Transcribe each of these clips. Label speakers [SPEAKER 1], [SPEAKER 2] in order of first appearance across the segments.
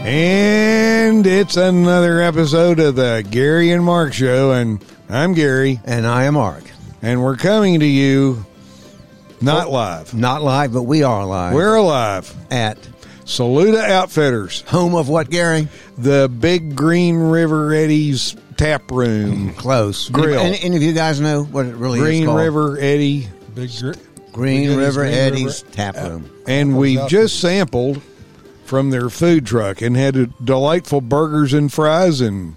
[SPEAKER 1] And it's another episode of the Gary and Mark Show. And I'm Gary,
[SPEAKER 2] And I am Ark.
[SPEAKER 1] and we're coming to you not
[SPEAKER 3] Oh.
[SPEAKER 1] live.
[SPEAKER 2] Not live, but we are live.
[SPEAKER 1] We're alive.
[SPEAKER 2] at
[SPEAKER 1] Saluda Outfitters,
[SPEAKER 2] home of what, Gary?
[SPEAKER 1] the Big Green River Eddie's tap room.
[SPEAKER 2] Close.
[SPEAKER 1] Grill.
[SPEAKER 2] Any, any of you guys know what it really is
[SPEAKER 1] Green
[SPEAKER 2] called?
[SPEAKER 1] River Eddie.
[SPEAKER 3] Big gr-
[SPEAKER 2] Green
[SPEAKER 3] Eddie's,
[SPEAKER 2] River
[SPEAKER 3] Green
[SPEAKER 2] Eddie's
[SPEAKER 3] River.
[SPEAKER 2] Tap Room.
[SPEAKER 1] And we've just sampled from their food truck and had a delightful burgers and fries and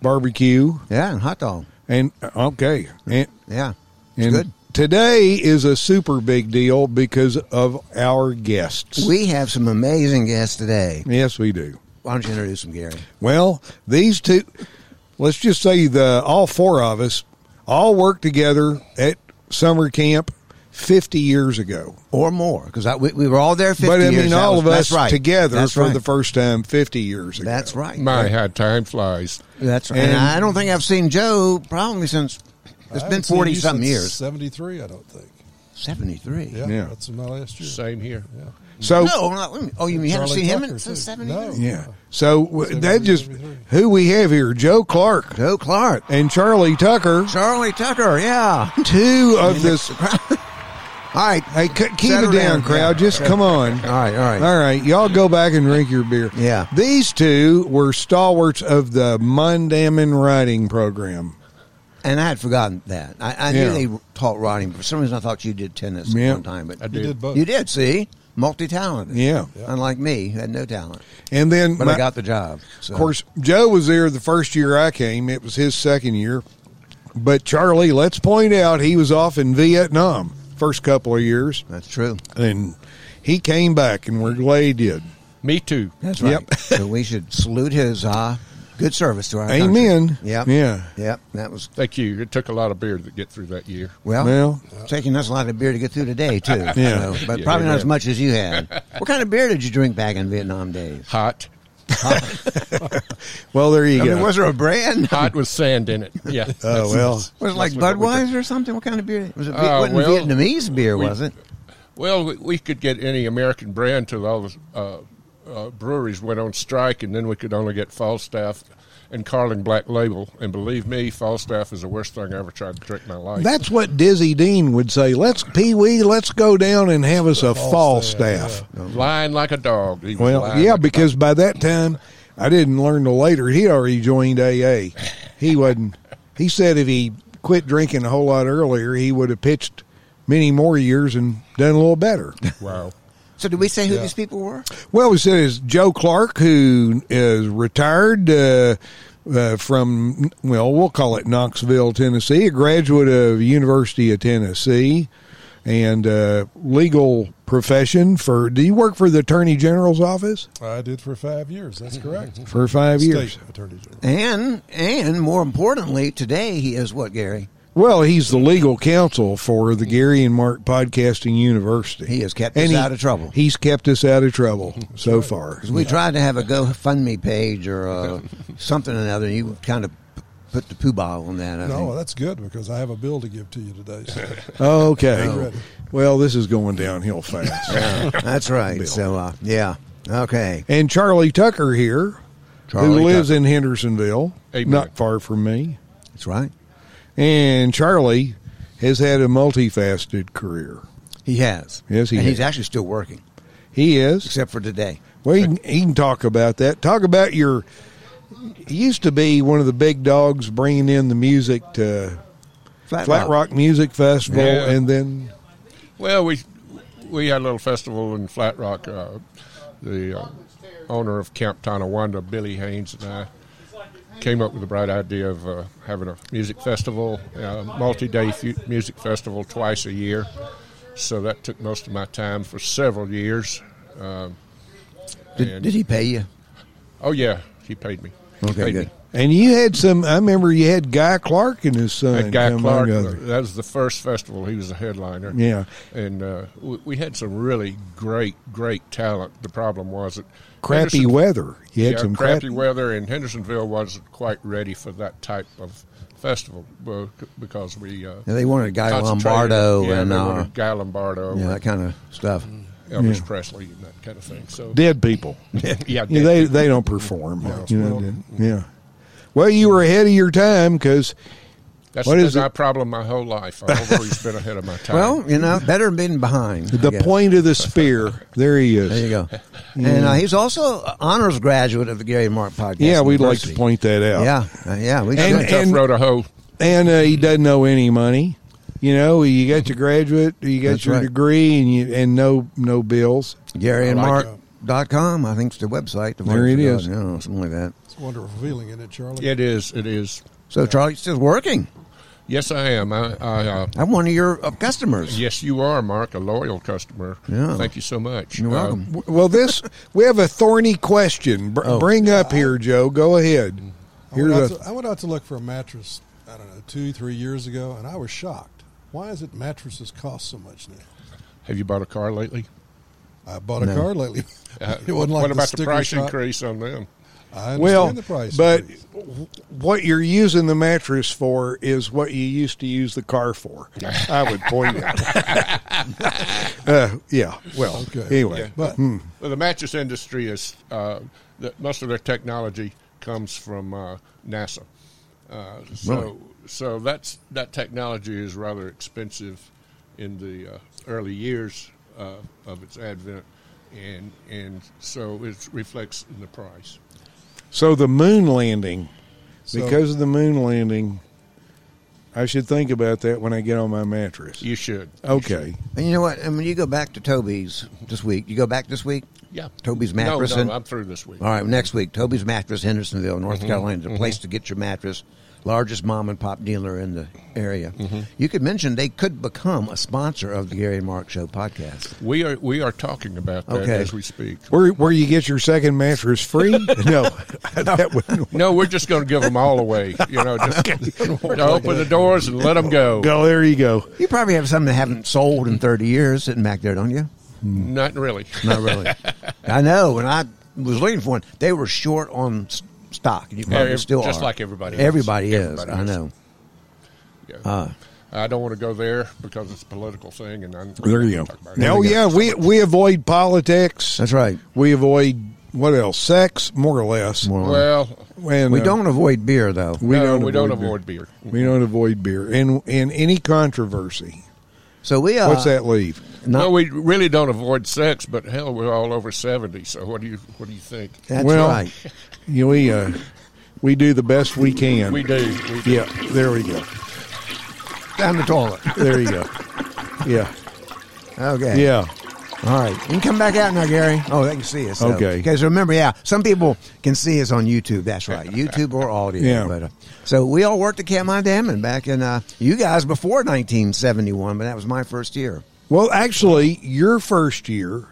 [SPEAKER 1] barbecue.
[SPEAKER 2] Yeah, and hot dog.
[SPEAKER 1] And okay. And,
[SPEAKER 2] Yeah. It's
[SPEAKER 1] And
[SPEAKER 2] good.
[SPEAKER 1] today is a super big deal because of our guests.
[SPEAKER 2] We have some amazing guests today.
[SPEAKER 1] yes, we do.
[SPEAKER 2] Why don't you introduce them, Gary?
[SPEAKER 1] Well, these two, let's just say the all four of us all worked together at summer camp 50 years ago.
[SPEAKER 2] Or more, because we, we were all there 50
[SPEAKER 1] but I
[SPEAKER 2] years.
[SPEAKER 1] mean,
[SPEAKER 2] That
[SPEAKER 1] all
[SPEAKER 2] was-
[SPEAKER 1] of us
[SPEAKER 2] that's right.
[SPEAKER 1] together
[SPEAKER 2] That's
[SPEAKER 1] for
[SPEAKER 2] right.
[SPEAKER 1] the first time 50 years ago.
[SPEAKER 2] That's right.
[SPEAKER 3] My, how time flies.
[SPEAKER 2] That's right. And,
[SPEAKER 1] And-
[SPEAKER 2] I don't think I've seen Joe probably since it's been 40 something years.
[SPEAKER 3] Seventy three, I don't think.
[SPEAKER 2] 73.
[SPEAKER 3] Yeah,
[SPEAKER 1] Yeah.
[SPEAKER 3] that's my last year.
[SPEAKER 4] Same here.
[SPEAKER 3] Yeah.
[SPEAKER 1] So,
[SPEAKER 2] No, not, wait a minute. oh, you, mean you haven't
[SPEAKER 3] Charlie
[SPEAKER 2] seen him
[SPEAKER 3] Tucker,
[SPEAKER 2] in, since
[SPEAKER 3] too.
[SPEAKER 2] 73?
[SPEAKER 3] No.
[SPEAKER 1] yeah. Uh, So w- that
[SPEAKER 3] 73.
[SPEAKER 1] just who we have here Joe Clark
[SPEAKER 2] Joe Clark.
[SPEAKER 1] and Charlie Tucker,
[SPEAKER 2] Charlie Tucker, yeah.
[SPEAKER 1] two of this.
[SPEAKER 2] All right.
[SPEAKER 1] Hey, c- keep
[SPEAKER 2] Settle
[SPEAKER 1] it down,
[SPEAKER 2] down,
[SPEAKER 1] crowd.
[SPEAKER 2] yeah.
[SPEAKER 1] Just come on.
[SPEAKER 2] All right, all right.
[SPEAKER 1] All right, y'all go back and drink your beer.
[SPEAKER 2] Yeah.
[SPEAKER 1] These two were stalwarts of the Mundaman writing program.
[SPEAKER 2] And I had forgotten that. I,
[SPEAKER 1] Yeah.
[SPEAKER 2] I knew they taught writing. For some reason, I thought you did tennis
[SPEAKER 1] Yeah.
[SPEAKER 2] one time. But
[SPEAKER 4] I
[SPEAKER 3] You did both.
[SPEAKER 2] You did, see? Multi talented.
[SPEAKER 1] Yeah.
[SPEAKER 2] Unlike me, who had no talent.
[SPEAKER 1] And then,
[SPEAKER 2] But
[SPEAKER 1] my-
[SPEAKER 2] I got the job. So.
[SPEAKER 1] of course, Joe was there the first year I came. It was his second year. But Charlie, let's point out he was off in Vietnam first couple of years,
[SPEAKER 2] That's true.
[SPEAKER 1] and he came back, and we're glad he did.
[SPEAKER 4] Me too.
[SPEAKER 2] That's
[SPEAKER 1] Yep.
[SPEAKER 2] right. so we should salute his uh, good service to our
[SPEAKER 1] Amen.
[SPEAKER 2] Country. Yep.
[SPEAKER 1] Yeah.
[SPEAKER 2] Yep. That was,
[SPEAKER 4] Thank you. It took a lot of beer to get through that year.
[SPEAKER 2] well,
[SPEAKER 1] Well.
[SPEAKER 2] taking us a lot of beer to get through today, too.
[SPEAKER 1] Yeah.
[SPEAKER 2] So, but
[SPEAKER 4] Yeah,
[SPEAKER 2] probably not
[SPEAKER 4] yeah.
[SPEAKER 2] as much as you had. What kind of beer did you drink back in Vietnam days?
[SPEAKER 4] Hot.
[SPEAKER 1] Well, there you
[SPEAKER 2] I
[SPEAKER 1] go.
[SPEAKER 2] mean, was there a brand?
[SPEAKER 4] Hot with sand in it. Yeah.
[SPEAKER 1] oh well,
[SPEAKER 2] Was it like Budweiser or something? What kind of beer? Was it be-
[SPEAKER 4] Uh,
[SPEAKER 2] wasn't
[SPEAKER 4] well,
[SPEAKER 2] Vietnamese beer?
[SPEAKER 4] we-
[SPEAKER 2] was it?
[SPEAKER 4] Well, we, we could get any American brand till all the uh, uh, breweries went on strike, and then we could only get Falstaff and Carling Black Label. And believe me, Falstaff is the worst thing I ever tried to drink in my life.
[SPEAKER 1] That's what Dizzy Dean would say. Let's Pee Wee, let's go down and have us a Falstaff. staff.
[SPEAKER 4] lying like a dog. He was
[SPEAKER 1] Well,
[SPEAKER 4] lying
[SPEAKER 1] yeah,
[SPEAKER 4] like a
[SPEAKER 1] because by that time, I didn't learn till later. He already joined AA. He wasn't. He said if he quit drinking a whole lot earlier, he would have pitched many more years and done a little better.
[SPEAKER 4] dog. wow.
[SPEAKER 2] So did we say who these people were?
[SPEAKER 1] Well, we said it's Joe Clark, who is retired uh, uh, from, well, we'll call it Knoxville, Tennessee, a graduate of University of Tennessee, and uh, legal profession for. Do you work for the Attorney General's office
[SPEAKER 3] I did for five years. That's correct.
[SPEAKER 1] for five
[SPEAKER 3] State
[SPEAKER 1] years?
[SPEAKER 3] attorney general.
[SPEAKER 2] And and more importantly, today he is what Gary?
[SPEAKER 1] Well, he's the legal counsel for the Gary and Mark Podcasting University.
[SPEAKER 2] He has kept
[SPEAKER 1] And
[SPEAKER 2] us
[SPEAKER 1] he-
[SPEAKER 2] out of trouble.
[SPEAKER 1] He's kept us out of trouble so far.
[SPEAKER 2] Because we tried to have a GoFundMe page or uh, something or another, and you kind of p- put the poobah on that. I
[SPEAKER 3] No,
[SPEAKER 2] think.
[SPEAKER 3] that's good because I have a bill to give to you today. So
[SPEAKER 1] Okay.
[SPEAKER 3] Oh.
[SPEAKER 1] Well, this is going downhill fast.
[SPEAKER 2] that's right. So uh, yeah, okay.
[SPEAKER 1] and Charlie Tucker here,
[SPEAKER 2] Charlie
[SPEAKER 1] who lives in Hendersonville,
[SPEAKER 4] Amen.
[SPEAKER 1] not far from me.
[SPEAKER 2] That's right.
[SPEAKER 1] And Charlie has had a multifaceted career.
[SPEAKER 2] He has.
[SPEAKER 1] Yes, he
[SPEAKER 2] And
[SPEAKER 1] has.
[SPEAKER 2] he's actually still working,
[SPEAKER 1] He is.
[SPEAKER 2] except for today.
[SPEAKER 1] Well, he can, he can talk about that. Talk about your. He used to be one of the big dogs bringing in the music to Flat Rock Music Festival,
[SPEAKER 4] Yeah.
[SPEAKER 1] and then
[SPEAKER 4] Well, we we had a little festival in Flat Rock. Uh, the uh, owner of Camp Tonawanda, Billy Haynes, and I came up with the bright idea of uh, having a music festival, a multi-day fu- music festival twice a year. So that took most of my time for several years. Um,
[SPEAKER 2] Did,
[SPEAKER 4] and-
[SPEAKER 2] did he pay you?
[SPEAKER 4] oh yeah, he paid me. He
[SPEAKER 2] Okay,
[SPEAKER 4] paid
[SPEAKER 2] good.
[SPEAKER 4] me.
[SPEAKER 1] and you had some. I remember you had Guy Clark and his son.
[SPEAKER 4] That guy
[SPEAKER 1] among
[SPEAKER 4] Clark,
[SPEAKER 1] others.
[SPEAKER 4] that was the first festival. He was a headliner.
[SPEAKER 1] Yeah.
[SPEAKER 4] And uh, we, we had some really great, great talent. The problem was that
[SPEAKER 1] Crappy
[SPEAKER 4] Henderson-
[SPEAKER 1] weather. You had
[SPEAKER 4] yeah,
[SPEAKER 1] some
[SPEAKER 4] crappy
[SPEAKER 1] crappy.
[SPEAKER 4] weather, and Hendersonville wasn't quite ready for that type of festival well, c- because we uh,
[SPEAKER 2] Yeah, they wanted a guy
[SPEAKER 4] concentrated-
[SPEAKER 2] Lombardo
[SPEAKER 4] yeah,
[SPEAKER 2] and
[SPEAKER 4] they
[SPEAKER 2] uh,
[SPEAKER 4] wanted Guy Mm-hmm. Lombardo.
[SPEAKER 2] yeah,
[SPEAKER 4] and-
[SPEAKER 2] that kind of stuff.
[SPEAKER 4] Elvis Presley and that kind of thing. So
[SPEAKER 1] Dead people.
[SPEAKER 4] yeah,
[SPEAKER 1] Yeah,
[SPEAKER 4] dead
[SPEAKER 1] they they don't perform. you know,
[SPEAKER 3] Well-
[SPEAKER 2] mm.
[SPEAKER 1] did- yeah. Well, you were ahead of your time because
[SPEAKER 4] That's
[SPEAKER 1] What
[SPEAKER 4] been
[SPEAKER 1] is
[SPEAKER 4] my
[SPEAKER 1] it?
[SPEAKER 4] problem my whole life. I've always been ahead of my time.
[SPEAKER 2] Well, you know, better than being behind. I
[SPEAKER 1] the
[SPEAKER 2] guess.
[SPEAKER 1] point of the spear. There he is.
[SPEAKER 2] There you go. And uh, he's also an honors graduate of the Gary Mark Podcast.
[SPEAKER 1] yeah, we'd like to
[SPEAKER 2] University.
[SPEAKER 1] point that out.
[SPEAKER 2] Yeah, uh, yeah, we
[SPEAKER 1] And-
[SPEAKER 2] should.
[SPEAKER 4] tough
[SPEAKER 1] and-
[SPEAKER 4] road to hoe.
[SPEAKER 1] and uh, he doesn't owe any money. You know, you got your graduate, you got
[SPEAKER 2] That's
[SPEAKER 1] your
[SPEAKER 2] right.
[SPEAKER 1] degree, and you and no no bills.
[SPEAKER 2] Gary and
[SPEAKER 4] I like
[SPEAKER 2] Mark. Dot com, I think it's the website. The
[SPEAKER 1] There
[SPEAKER 2] Word
[SPEAKER 1] it
[SPEAKER 2] for God,
[SPEAKER 1] is.
[SPEAKER 2] you know, something like that.
[SPEAKER 3] It's a wonderful feeling, isn't it, Charlie?
[SPEAKER 4] It is. It is.
[SPEAKER 2] So Charlie's still working.
[SPEAKER 4] Yes, I am. I, I uh,
[SPEAKER 2] I'm one of your uh, customers.
[SPEAKER 4] yes, you are, Mark, a loyal customer.
[SPEAKER 2] Yeah.
[SPEAKER 4] Thank you so much.
[SPEAKER 2] You're
[SPEAKER 4] Uh,
[SPEAKER 2] welcome.
[SPEAKER 1] W- Well, this we have a thorny question. Br-
[SPEAKER 2] Oh. Mm-hmm.
[SPEAKER 1] Bring up here, Joe. Go ahead.
[SPEAKER 3] I went,
[SPEAKER 1] Here's
[SPEAKER 3] out
[SPEAKER 1] a
[SPEAKER 3] to, I went out to look for a mattress, I don't know, two, three years ago, and I was shocked. Why is it mattresses cost so much now?
[SPEAKER 4] Have you bought a car lately?
[SPEAKER 3] I bought a
[SPEAKER 2] No.
[SPEAKER 3] car lately.
[SPEAKER 4] Uh,
[SPEAKER 3] it wasn't like
[SPEAKER 4] what about the
[SPEAKER 3] sticker
[SPEAKER 4] price
[SPEAKER 3] shop.
[SPEAKER 4] increase on them?
[SPEAKER 3] I understand
[SPEAKER 1] well,
[SPEAKER 3] the price
[SPEAKER 1] but
[SPEAKER 3] increase.
[SPEAKER 1] w- what you're using the mattress for is what you used to use the car for. I would point out. uh, yeah. Well.
[SPEAKER 3] Okay.
[SPEAKER 1] Anyway.
[SPEAKER 4] Yeah.
[SPEAKER 3] But
[SPEAKER 4] Well, the mattress industry is uh, the, most of their technology comes from uh, NASA. Uh, so,
[SPEAKER 2] Really?
[SPEAKER 4] so that's that technology is rather expensive in the uh, early years uh, of its advent, and and so it reflects in the price.
[SPEAKER 1] So the moon landing,
[SPEAKER 3] So-
[SPEAKER 1] because of the moon landing, I should think about that when I get on my mattress.
[SPEAKER 4] You should. You
[SPEAKER 1] Okay.
[SPEAKER 2] And you know what? I mean, you go back to Toby's this week. You go back this week?
[SPEAKER 4] should. Yeah.
[SPEAKER 2] Toby's mattress
[SPEAKER 4] No,
[SPEAKER 2] and-
[SPEAKER 4] no, I'm through this week.
[SPEAKER 2] All right, next week, Toby's Mattress, Hendersonville, North Carolina, the place to get your mattress. Largest mom and pop dealer in the area. You could mention they could become a sponsor of the Gary and Mark Show podcast.
[SPEAKER 4] We are we are talking about that
[SPEAKER 2] Okay.
[SPEAKER 4] as we speak.
[SPEAKER 1] Where where you get your second mattress free? no, that wouldn't work.
[SPEAKER 4] No, we're just going to give them all away. You know, just open the doors and let them go.
[SPEAKER 1] No, there you go.
[SPEAKER 2] You probably have some that haven't sold in 30 years sitting back there, don't you?
[SPEAKER 4] Not really.
[SPEAKER 2] Not Oh, really. I know. When I was looking for one, they were short on s- stock. You probably
[SPEAKER 4] Yeah,
[SPEAKER 2] still
[SPEAKER 4] just
[SPEAKER 2] are.
[SPEAKER 4] like everybody else.
[SPEAKER 2] Everybody is.
[SPEAKER 4] Everybody
[SPEAKER 2] I
[SPEAKER 4] is.
[SPEAKER 2] know.
[SPEAKER 4] Yeah.
[SPEAKER 2] Uh,
[SPEAKER 4] I don't want to go there because it's a political thing, and I'm
[SPEAKER 1] There you go.
[SPEAKER 4] talk about it.
[SPEAKER 1] No, yeah, we we avoid politics.
[SPEAKER 2] That's right.
[SPEAKER 1] We avoid what else? Sex, more or less.
[SPEAKER 2] More or less.
[SPEAKER 4] Well,
[SPEAKER 1] And,
[SPEAKER 2] we
[SPEAKER 1] uh,
[SPEAKER 2] don't avoid beer, though.
[SPEAKER 1] We
[SPEAKER 4] no,
[SPEAKER 1] don't.
[SPEAKER 4] we don't
[SPEAKER 1] beer.
[SPEAKER 4] avoid beer.
[SPEAKER 1] We don't avoid beer and and any controversy.
[SPEAKER 2] So we uh, are.
[SPEAKER 1] What's that leave?
[SPEAKER 2] Not-
[SPEAKER 4] no, we really don't avoid sex, but hell, we're all over seventy. So what do you what do you think?
[SPEAKER 2] That's
[SPEAKER 1] well,
[SPEAKER 2] right.
[SPEAKER 1] you know, we uh, we do the best we can.
[SPEAKER 4] We do. We do.
[SPEAKER 1] Yeah, there we go.
[SPEAKER 2] Down the toilet.
[SPEAKER 1] There you go. Yeah,
[SPEAKER 2] Okay.
[SPEAKER 1] yeah.
[SPEAKER 2] All right. You can come back out now, Gary. Oh, they can see us. so-
[SPEAKER 1] Okay.
[SPEAKER 2] Because remember, yeah, some people can see us on YouTube. That's right. YouTube or audio.
[SPEAKER 1] Yeah.
[SPEAKER 2] But, uh, so we all worked at Camp Mount Damon back in, uh, you guys before 1971, but that was my first year.
[SPEAKER 1] Well, actually, your first year,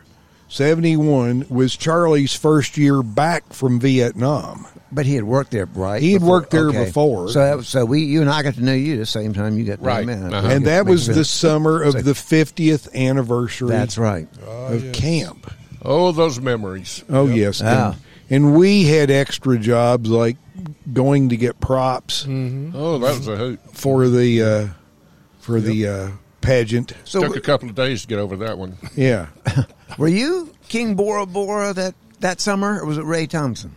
[SPEAKER 1] seventy-one, was Charlie's first year back from Vietnam.
[SPEAKER 2] But he had worked there, right?
[SPEAKER 1] He had worked there
[SPEAKER 2] okay.
[SPEAKER 1] before.
[SPEAKER 2] So, that was, so we, you and I got to know you the same time you got to
[SPEAKER 4] Right.
[SPEAKER 2] know him.
[SPEAKER 4] Uh-huh.
[SPEAKER 1] and that was the summer of
[SPEAKER 2] So-
[SPEAKER 1] the 50th anniversary
[SPEAKER 2] That's right.
[SPEAKER 3] Ah,
[SPEAKER 1] of
[SPEAKER 3] yes.
[SPEAKER 1] camp.
[SPEAKER 4] Oh, those memories.
[SPEAKER 1] Oh, yes.
[SPEAKER 2] Ah.
[SPEAKER 1] And, and we had extra jobs like going to get props
[SPEAKER 3] Mm-hmm.
[SPEAKER 4] Oh, that was a hoot.
[SPEAKER 1] for the uh, for the uh, pageant.
[SPEAKER 2] So
[SPEAKER 4] Took
[SPEAKER 2] w-
[SPEAKER 4] a couple of days to get over that one.
[SPEAKER 1] Yeah.
[SPEAKER 2] were you King Bora Bora that, that summer, or was it Ray Thompson?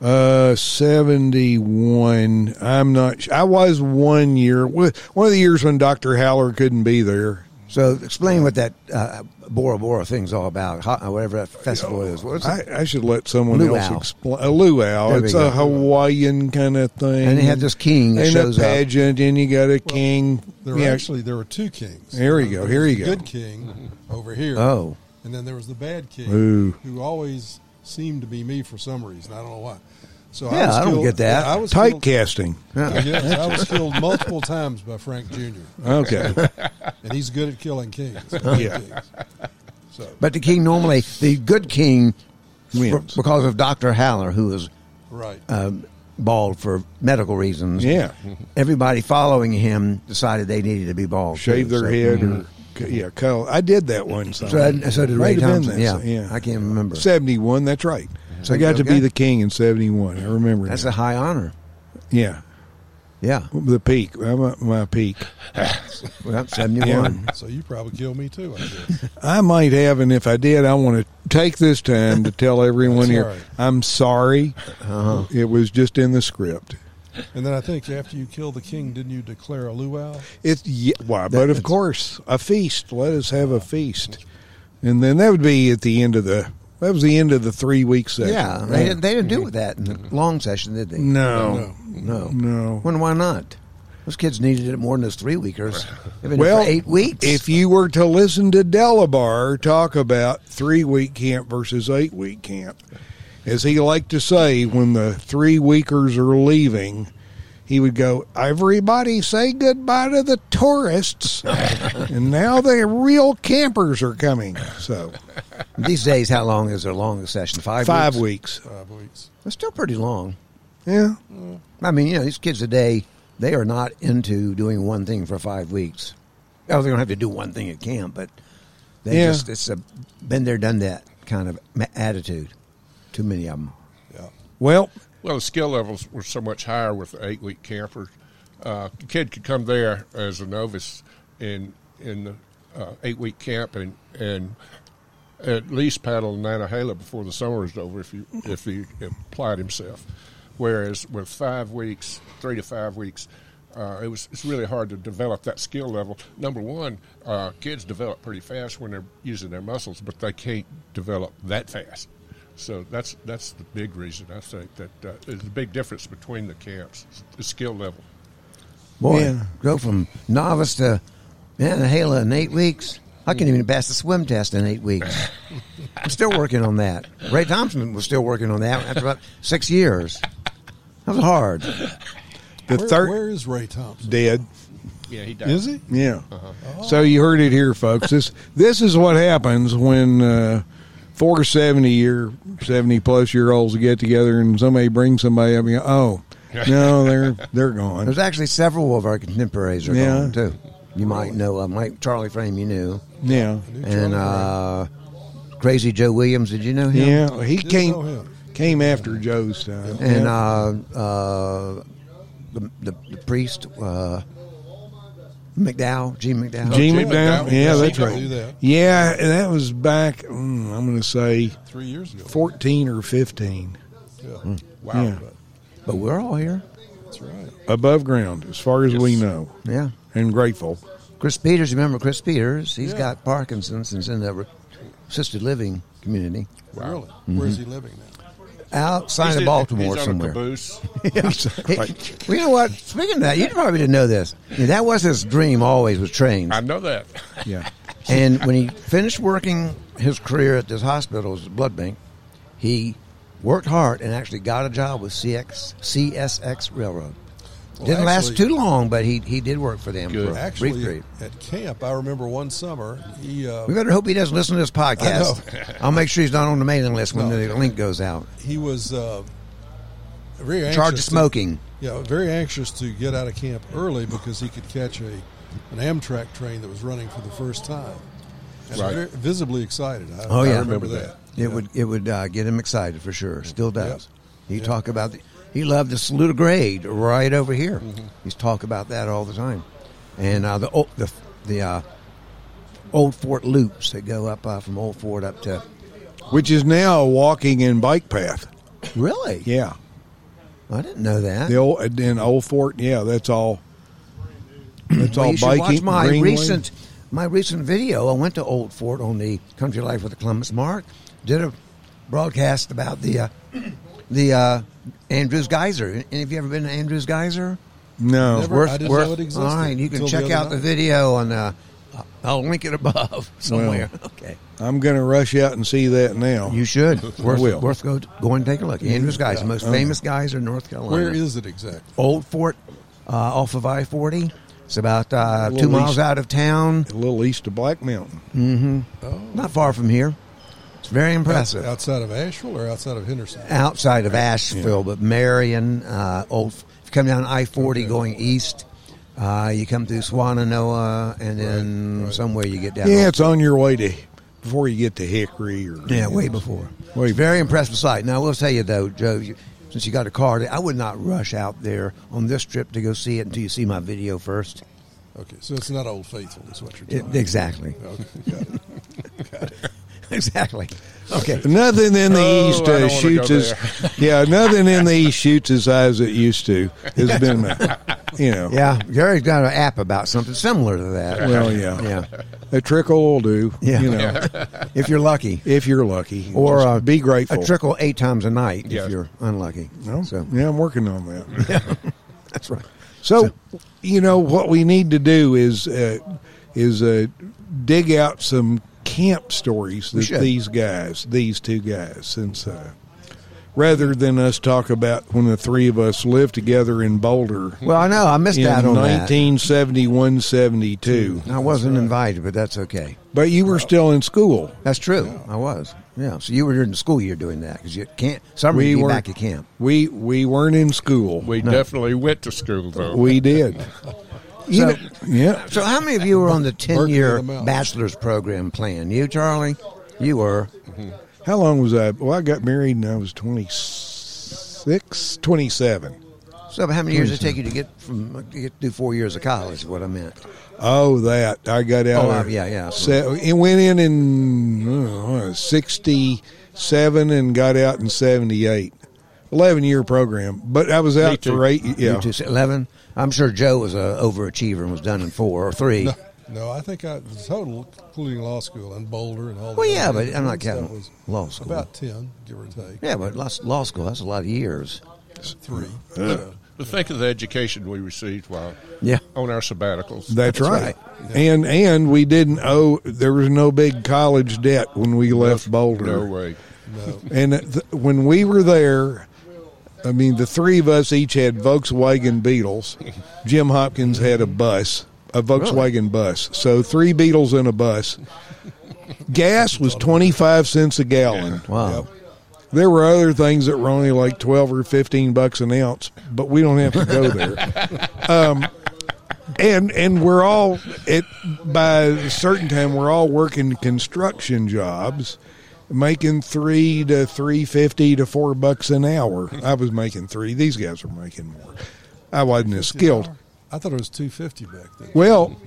[SPEAKER 1] Uh, 71. I'm not sure. I was one year, one of the years when Dr. Haller couldn't be there.
[SPEAKER 2] So explain what that uh, Bora Bora thing's all about, ho- uh, whatever that festival is. What's
[SPEAKER 1] I, I should let someone
[SPEAKER 2] Luau.
[SPEAKER 1] else explain. A luau.
[SPEAKER 2] There we
[SPEAKER 1] it's
[SPEAKER 2] go.
[SPEAKER 1] a Hawaiian kind of thing.
[SPEAKER 2] And they had this king that
[SPEAKER 1] and
[SPEAKER 2] shows
[SPEAKER 1] a
[SPEAKER 2] up.
[SPEAKER 1] pageant, and you got a king.
[SPEAKER 3] There were
[SPEAKER 1] Yeah.
[SPEAKER 3] actually there were two kings.
[SPEAKER 1] Here we go. Here
[SPEAKER 3] The
[SPEAKER 1] you go.
[SPEAKER 3] Good king over here.
[SPEAKER 2] Oh.
[SPEAKER 3] and then there was the bad king
[SPEAKER 1] Ooh.
[SPEAKER 3] who always seemed to be me for some reason. I don't know why. So
[SPEAKER 2] Yeah,
[SPEAKER 3] I, was
[SPEAKER 2] I don't
[SPEAKER 3] killed-
[SPEAKER 2] get that.
[SPEAKER 3] I was killed-
[SPEAKER 1] Typecasting.
[SPEAKER 3] yes, I was killed multiple times by Frank Jr.
[SPEAKER 1] Okay.
[SPEAKER 3] and he's good at killing kings.
[SPEAKER 1] Yeah.
[SPEAKER 3] Kings. So
[SPEAKER 2] But the king normally, the good king,
[SPEAKER 1] Wins.
[SPEAKER 2] b- because of Dr. Haller, who was
[SPEAKER 3] right.
[SPEAKER 2] um, bald for medical reasons.
[SPEAKER 1] Yeah.
[SPEAKER 2] Everybody following him decided they needed to be bald.
[SPEAKER 1] Shave
[SPEAKER 2] too,
[SPEAKER 1] their
[SPEAKER 2] so-
[SPEAKER 1] head or, yeah, cull. I did that one. So,
[SPEAKER 2] So, I- so did Ray
[SPEAKER 1] Might have been
[SPEAKER 2] Thompson.
[SPEAKER 1] that,
[SPEAKER 2] Yeah.
[SPEAKER 1] so- yeah.
[SPEAKER 2] I can't remember.
[SPEAKER 1] 71, that's right.
[SPEAKER 2] So
[SPEAKER 1] I got to
[SPEAKER 2] okay.
[SPEAKER 1] be the king in 71. I remember
[SPEAKER 2] That's
[SPEAKER 1] now.
[SPEAKER 2] a high honor.
[SPEAKER 1] yeah.
[SPEAKER 2] Yeah.
[SPEAKER 1] The peak. I'm at my peak.
[SPEAKER 2] Well, 71.
[SPEAKER 3] So you probably kill me too. I guess.
[SPEAKER 1] I might have, and if I did, I want to take this time to tell everyone
[SPEAKER 3] That's
[SPEAKER 1] here
[SPEAKER 3] all right.
[SPEAKER 1] I'm sorry.
[SPEAKER 2] Uh-huh.
[SPEAKER 1] It was just in the script.
[SPEAKER 3] And then I think after you kill the king, didn't you declare a luau?
[SPEAKER 1] It's yeah, why, but of course, a feast. Let us have a feast, and then that would be at the end of the. That was the end of the three week session.
[SPEAKER 2] Yeah. They didn't, they didn't do that in the long session, did they?
[SPEAKER 1] No,
[SPEAKER 2] No.
[SPEAKER 1] no.
[SPEAKER 2] When, why not? Those kids needed it more than those three weekers. They've been
[SPEAKER 1] Well,
[SPEAKER 2] well, for eight weeks.
[SPEAKER 1] If you were to listen to Delabar talk about three week camp versus eight week camp, as he liked to say, when the three weekers are leaving, he would go, Everybody say goodbye to the tourists. and now the real campers are coming. So,
[SPEAKER 2] These days, how long is their longest session? Five.
[SPEAKER 1] five
[SPEAKER 2] weeks.
[SPEAKER 1] weeks.
[SPEAKER 3] Five weeks.
[SPEAKER 2] That's still pretty long.
[SPEAKER 1] Yeah.
[SPEAKER 2] I mean, you know, these kids today, they are not into doing one thing for five weeks. Oh, they don't have to do one thing at camp, but they
[SPEAKER 1] Yeah.
[SPEAKER 2] just, it's a been there, done that kind of ma- attitude. Too many of them.
[SPEAKER 3] Yeah.
[SPEAKER 1] Well,
[SPEAKER 4] Well, the skill levels were so much higher with the eight week campers. Uh, the kid could come there as a novice in in the uh, eight week camp and and at least paddle Nanahala before the summer is over if you if he applied himself. Whereas with five weeks, three to five weeks, uh, it was it's really hard to develop that skill level. Number one, uh, kids develop pretty fast when they're using their muscles, but they can't develop that fast. So that's that's the big reason I think that uh, there's a big difference between the camps, the skill level.
[SPEAKER 2] Boy,
[SPEAKER 1] Yeah.
[SPEAKER 2] go from novice to Anahala in eight weeks. I can not even pass the swim test in eight weeks. I'm still working on that. Ray Thompson was still working on that after about six years. That was hard.
[SPEAKER 1] the
[SPEAKER 3] Where,
[SPEAKER 1] third
[SPEAKER 3] where is Ray Thompson?
[SPEAKER 1] dead.
[SPEAKER 4] Yeah, he does.
[SPEAKER 3] Is he?
[SPEAKER 1] Yeah. So you heard it here, folks. This this is what happens when uh, four seventy year seventy plus year olds get together and somebody brings somebody up. And you go, oh no, they're they're gone.
[SPEAKER 2] There's actually several of our contemporaries are
[SPEAKER 1] Yeah.
[SPEAKER 2] gone too. You might know uh, Mike Charlie Frame. You knew
[SPEAKER 1] Yeah,
[SPEAKER 2] and uh, Crazy Joe Williams. Did you know him?
[SPEAKER 1] yeah. He
[SPEAKER 3] Didn't know
[SPEAKER 1] came
[SPEAKER 3] him.
[SPEAKER 1] came after Joe's time.
[SPEAKER 2] And
[SPEAKER 1] Yeah.
[SPEAKER 2] uh, uh, the, the the priest uh, McDowell, Gene McDowell.
[SPEAKER 1] Gene
[SPEAKER 4] Jim
[SPEAKER 1] McDowell.
[SPEAKER 4] McDowell.
[SPEAKER 1] Yeah,
[SPEAKER 4] Yeah,
[SPEAKER 1] that's
[SPEAKER 4] he
[SPEAKER 3] do
[SPEAKER 1] right.
[SPEAKER 3] that.
[SPEAKER 1] Yeah, and that was back. Mm, I'm going to say
[SPEAKER 3] Three years ago.
[SPEAKER 1] fourteen or fifteen.
[SPEAKER 3] Yeah.
[SPEAKER 4] Wow.
[SPEAKER 1] Yeah.
[SPEAKER 2] But we're all here.
[SPEAKER 3] That's right.
[SPEAKER 1] Above ground, as far as we
[SPEAKER 4] Yes.
[SPEAKER 1] know,
[SPEAKER 2] Yeah.
[SPEAKER 1] and grateful.
[SPEAKER 2] Chris Peters, you remember Chris Peters? He's
[SPEAKER 3] Yeah.
[SPEAKER 2] got Parkinson's and's in the re- assisted living community
[SPEAKER 3] Really? Where is he living now?
[SPEAKER 2] outside
[SPEAKER 4] He's
[SPEAKER 2] of
[SPEAKER 4] in-
[SPEAKER 2] Baltimore
[SPEAKER 4] he's on a
[SPEAKER 2] somewhere.
[SPEAKER 4] caboose.
[SPEAKER 2] Hey, you know what? Speaking of that, you probably didn't know this. Yeah, that was his dream always was trains.
[SPEAKER 4] I know that.
[SPEAKER 1] Yeah.
[SPEAKER 2] And when he finished working his career at this hospital as a blood bank, he worked hard and actually got a job with CX, CSX Railroad. Didn't last
[SPEAKER 3] actually-
[SPEAKER 2] too long, but he, he did work for them
[SPEAKER 4] Good.
[SPEAKER 2] for a brief
[SPEAKER 3] Actually,
[SPEAKER 2] period.
[SPEAKER 3] at camp, I remember one summer he uh,
[SPEAKER 2] We better hope he doesn't listen to this
[SPEAKER 3] I
[SPEAKER 2] podcast. I'll make sure he's not on the mailing list when
[SPEAKER 3] No.
[SPEAKER 2] the link goes out.
[SPEAKER 3] he was uh, very anxious
[SPEAKER 2] Charged with
[SPEAKER 3] to-
[SPEAKER 2] smoking.
[SPEAKER 3] yeah, very anxious to get out of camp early because he could catch a an Amtrak train that was running for the first time. And
[SPEAKER 4] Right.
[SPEAKER 3] very- visibly excited. I,
[SPEAKER 2] Oh,
[SPEAKER 3] I
[SPEAKER 2] yeah.
[SPEAKER 3] remember that.
[SPEAKER 2] It would it would uh, get him excited for sure. Still does. He
[SPEAKER 3] Yep.
[SPEAKER 2] talk about the, he loved the Saluda Grade right over here.
[SPEAKER 3] Mm-hmm.
[SPEAKER 2] He's talk about that all the time, and uh, the old the the uh, old Fort loops that go up uh, from Old Fort up to
[SPEAKER 1] Which is now a walking and bike path.
[SPEAKER 2] really.
[SPEAKER 1] Yeah.
[SPEAKER 2] I didn't know that.
[SPEAKER 1] The old uh, in Old Fort, yeah, that's all. That's
[SPEAKER 2] Well,
[SPEAKER 1] all
[SPEAKER 2] you should
[SPEAKER 1] biking.
[SPEAKER 2] watch my
[SPEAKER 1] Greenway.
[SPEAKER 2] recent my recent video. I went to Old Fort on the Country Life with the Columbus Mark. Did a broadcast about the uh, the uh, Andrews Geyser. Any of you ever been to Andrews Geyser?
[SPEAKER 1] no,
[SPEAKER 3] Never- I didn't know it existed
[SPEAKER 2] All right, you can
[SPEAKER 3] until
[SPEAKER 2] check
[SPEAKER 3] the other
[SPEAKER 2] out the
[SPEAKER 3] night.
[SPEAKER 2] video on. Uh, I'll link it above somewhere. okay,
[SPEAKER 1] I'm going to rush out and see that now.
[SPEAKER 2] you should. Worth,
[SPEAKER 1] will.
[SPEAKER 2] worth go go and take a look. Andrews Geyser, the most famous geyser in North Carolina.
[SPEAKER 3] Where is it exactly?
[SPEAKER 2] Old Fort uh, off of I forty? It's about uh,
[SPEAKER 1] little
[SPEAKER 2] two miles
[SPEAKER 1] east.
[SPEAKER 2] out of town.
[SPEAKER 1] a little east of Black Mountain.
[SPEAKER 2] Not far from here. It's very impressive.
[SPEAKER 3] Outside of Asheville or outside of Henderson?
[SPEAKER 2] Outside of Asheville, but Marion, uh, old, if you come down I 40 going east, uh, you come through Swannanoa, and then somewhere you get down.
[SPEAKER 1] Yeah, it's on your way to before you get to Hickory or
[SPEAKER 2] Yeah, way before.
[SPEAKER 1] Way
[SPEAKER 2] It's a very impressive sight. Now, I will tell you, though, Joe, you, since you got a car, I would not rush out there on this trip to go see it until you see my video first.
[SPEAKER 3] Okay, so it's not Old Faithful, is what you're
[SPEAKER 2] It-
[SPEAKER 3] talking
[SPEAKER 2] exactly.
[SPEAKER 3] about. Okay, got it.
[SPEAKER 2] exactly. Okay.
[SPEAKER 1] Nothing in the
[SPEAKER 4] Oh,
[SPEAKER 1] east
[SPEAKER 4] I don't
[SPEAKER 1] uh,
[SPEAKER 4] wanna
[SPEAKER 1] shoots
[SPEAKER 4] go
[SPEAKER 1] as yeah, nothing in the east shoots as high as it used to. It's been, uh, you know,
[SPEAKER 2] Yeah, Gary's got an app about something similar to that.
[SPEAKER 1] well, yeah,
[SPEAKER 2] Yeah.
[SPEAKER 1] A trickle will do.
[SPEAKER 2] Yeah.
[SPEAKER 1] you know,
[SPEAKER 2] If you're lucky.
[SPEAKER 1] if you're lucky,
[SPEAKER 2] Or
[SPEAKER 1] Just
[SPEAKER 2] uh,
[SPEAKER 1] be grateful.
[SPEAKER 2] A oh. trickle eight times a night
[SPEAKER 4] Yeah.
[SPEAKER 2] if you're unlucky.
[SPEAKER 1] No?
[SPEAKER 2] So
[SPEAKER 1] Yeah, I'm working on that.
[SPEAKER 2] that's right.
[SPEAKER 1] So, you know what we need to do is uh, is uh, dig out some camp stories that
[SPEAKER 2] should.
[SPEAKER 1] these guys, these two guys, since uh, rather than us talk about when the three of us lived together in Boulder
[SPEAKER 2] Well, I know I missed
[SPEAKER 1] in
[SPEAKER 2] out on
[SPEAKER 1] 1971, 72.
[SPEAKER 2] that. I wasn't invited, but that's okay.
[SPEAKER 1] But you were still in school.
[SPEAKER 2] That's true. I was. Yeah. So you were during the school year doing that because you can't. Summer
[SPEAKER 1] We
[SPEAKER 2] you be
[SPEAKER 1] were-
[SPEAKER 2] back at camp.
[SPEAKER 1] We we weren't in school. We,
[SPEAKER 4] We definitely went to school though.
[SPEAKER 1] did. You
[SPEAKER 2] So-
[SPEAKER 1] know- yeah.
[SPEAKER 2] So how many of you were on the ten
[SPEAKER 3] Burden
[SPEAKER 2] year
[SPEAKER 3] of the mouth.
[SPEAKER 2] bachelor's program plan? You, Charlie, you were.
[SPEAKER 1] How long was I? Well, I got married and I was 26, 27.
[SPEAKER 2] So how many years did it take you to get from to get through four years of college? Is what I meant.
[SPEAKER 1] Oh, that. I got out.
[SPEAKER 2] Oh,
[SPEAKER 1] of-
[SPEAKER 2] yeah, yeah.
[SPEAKER 1] Se- it went in in uh, 67 and got out in 78. 11 year program. But I was out
[SPEAKER 4] too.
[SPEAKER 1] for eight.
[SPEAKER 2] You
[SPEAKER 1] Yeah.
[SPEAKER 2] two- eleven. I'm sure Joe was a overachiever and was done in four or three.
[SPEAKER 3] No, no, I think I the total, including law school and Boulder and all.
[SPEAKER 2] Well,
[SPEAKER 3] the
[SPEAKER 2] yeah,
[SPEAKER 3] other
[SPEAKER 2] but I'm not
[SPEAKER 3] things, that
[SPEAKER 2] counting
[SPEAKER 3] was
[SPEAKER 2] law school.
[SPEAKER 3] About ten, give or take.
[SPEAKER 2] Yeah, but law, law school that's a lot of years.
[SPEAKER 3] Three. So,
[SPEAKER 4] But think of the education we received while
[SPEAKER 2] Yeah.
[SPEAKER 4] on our sabbaticals.
[SPEAKER 1] That's, right.
[SPEAKER 2] right.
[SPEAKER 1] And and we didn't owe, there was no big college debt when we left Boulder.
[SPEAKER 4] No way.
[SPEAKER 3] no.
[SPEAKER 1] And th- when we were there, I mean, the three of us each had Volkswagen Beetles. Jim Hopkins had a bus, a Volkswagen bus. So three Beetles in a bus. Gas was 25 cents a gallon.
[SPEAKER 2] Wow.
[SPEAKER 1] There were other things that were only like 12 or 15 bucks an ounce, but we don't have to go there. um, and and we're all at by a certain time we're all working construction jobs making 3 to 350 to 4 bucks an hour. I was making 3. These guys were making more. I wasn't as skilled.
[SPEAKER 3] I thought it was two fifty back then.
[SPEAKER 1] Well,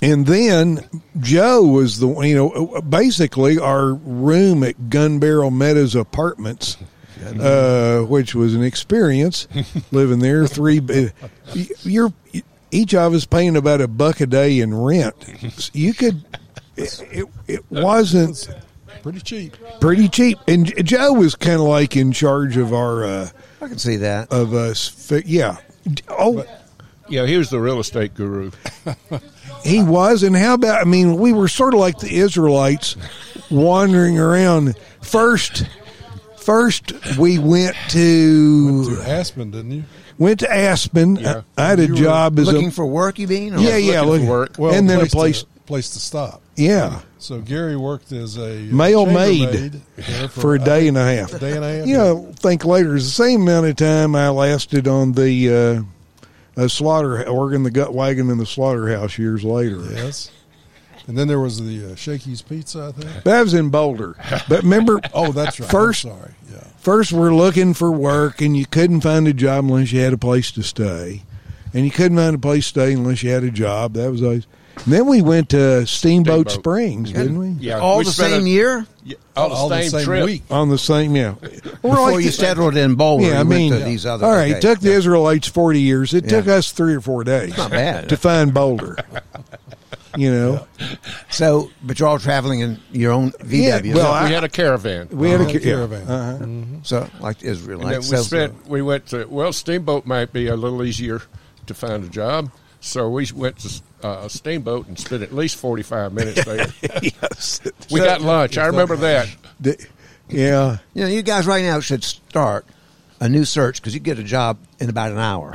[SPEAKER 1] and then Joe was the you know basically our room at Gun Barrel Meadows Apartments, uh, which was an experience living there. Three, b- you're each of us paying about a buck a day in rent. You could, it, it, it wasn't
[SPEAKER 3] It's pretty cheap.
[SPEAKER 1] pretty cheap, and J- Joe was kind of like in charge of our uh,
[SPEAKER 2] I can see that.
[SPEAKER 1] of us. fi- Yeah. Oh.
[SPEAKER 4] Yeah, he was the real estate guru.
[SPEAKER 1] He
[SPEAKER 3] Uh,
[SPEAKER 1] was, and how about? I mean, we were sort of like the Israelites, wandering around. First, first we went
[SPEAKER 3] To
[SPEAKER 1] to
[SPEAKER 3] Aspen, didn't you?
[SPEAKER 1] went to Aspen.
[SPEAKER 4] Yeah.
[SPEAKER 1] I had a
[SPEAKER 3] You were
[SPEAKER 1] job as
[SPEAKER 2] Looking
[SPEAKER 1] a
[SPEAKER 2] for work, you mean? Or-
[SPEAKER 1] uh, yeah, yeah,
[SPEAKER 4] looking
[SPEAKER 1] look-
[SPEAKER 4] for work.
[SPEAKER 3] Well,
[SPEAKER 1] and then a place,
[SPEAKER 3] to, place to stop.
[SPEAKER 1] yeah,
[SPEAKER 3] So Gary worked as a uh,
[SPEAKER 1] Male maid
[SPEAKER 3] chambermaid there
[SPEAKER 1] for a day and a half.
[SPEAKER 3] a day and a half.
[SPEAKER 1] You know, think later is the same amount of time I lasted on the uh, uh, slaughter organ, the gut wagon, and the slaughterhouse years later.
[SPEAKER 3] Yes. And then there was the uh, Shakey's Pizza, I think.
[SPEAKER 1] That was in Boulder, but remember,
[SPEAKER 3] Oh, that's right. I'm
[SPEAKER 1] First-
[SPEAKER 3] sorry. Yeah.
[SPEAKER 1] first we're looking for work and you couldn't find a job unless you had a place to stay and you couldn't find a place to stay unless you had a job that was always and then we went to steamboat,
[SPEAKER 4] Steamboat.
[SPEAKER 1] springs didn't we
[SPEAKER 4] Yeah,
[SPEAKER 2] All
[SPEAKER 4] we
[SPEAKER 2] the
[SPEAKER 4] spent
[SPEAKER 2] same
[SPEAKER 4] a-
[SPEAKER 2] year?
[SPEAKER 4] Yeah, all,
[SPEAKER 3] All
[SPEAKER 4] Oh, the same, trip.
[SPEAKER 3] week.
[SPEAKER 1] on the same yeah We're
[SPEAKER 2] Before
[SPEAKER 1] like
[SPEAKER 2] you
[SPEAKER 1] the-
[SPEAKER 2] settled in Boulder,
[SPEAKER 1] yeah,
[SPEAKER 2] you
[SPEAKER 1] I
[SPEAKER 2] went
[SPEAKER 1] mean, uh,
[SPEAKER 2] to these other.
[SPEAKER 1] all right.
[SPEAKER 2] okay.
[SPEAKER 1] It took the Israelites forty years. It took
[SPEAKER 2] Yeah.
[SPEAKER 1] us three or four days
[SPEAKER 2] Not bad.
[SPEAKER 1] to find Boulder. You know,
[SPEAKER 2] So, but you're all traveling in your own VW.
[SPEAKER 1] Yeah, well, I-
[SPEAKER 4] we had a caravan.
[SPEAKER 1] we had a,
[SPEAKER 3] Oh,
[SPEAKER 1] ca- yeah.
[SPEAKER 3] caravan.
[SPEAKER 1] Uh-huh.
[SPEAKER 2] so like the
[SPEAKER 4] And then
[SPEAKER 2] Israelites.
[SPEAKER 4] we
[SPEAKER 2] So-
[SPEAKER 4] spent. We went to. Well, steamboat might be a little easier to find a job, so we went to uh, steamboat and spent at least forty-five minutes there.
[SPEAKER 1] yes.
[SPEAKER 4] We got lunch. I remember that.
[SPEAKER 1] The- yeah.
[SPEAKER 2] You know, you guys right now should start a new search because you get a job in about an hour.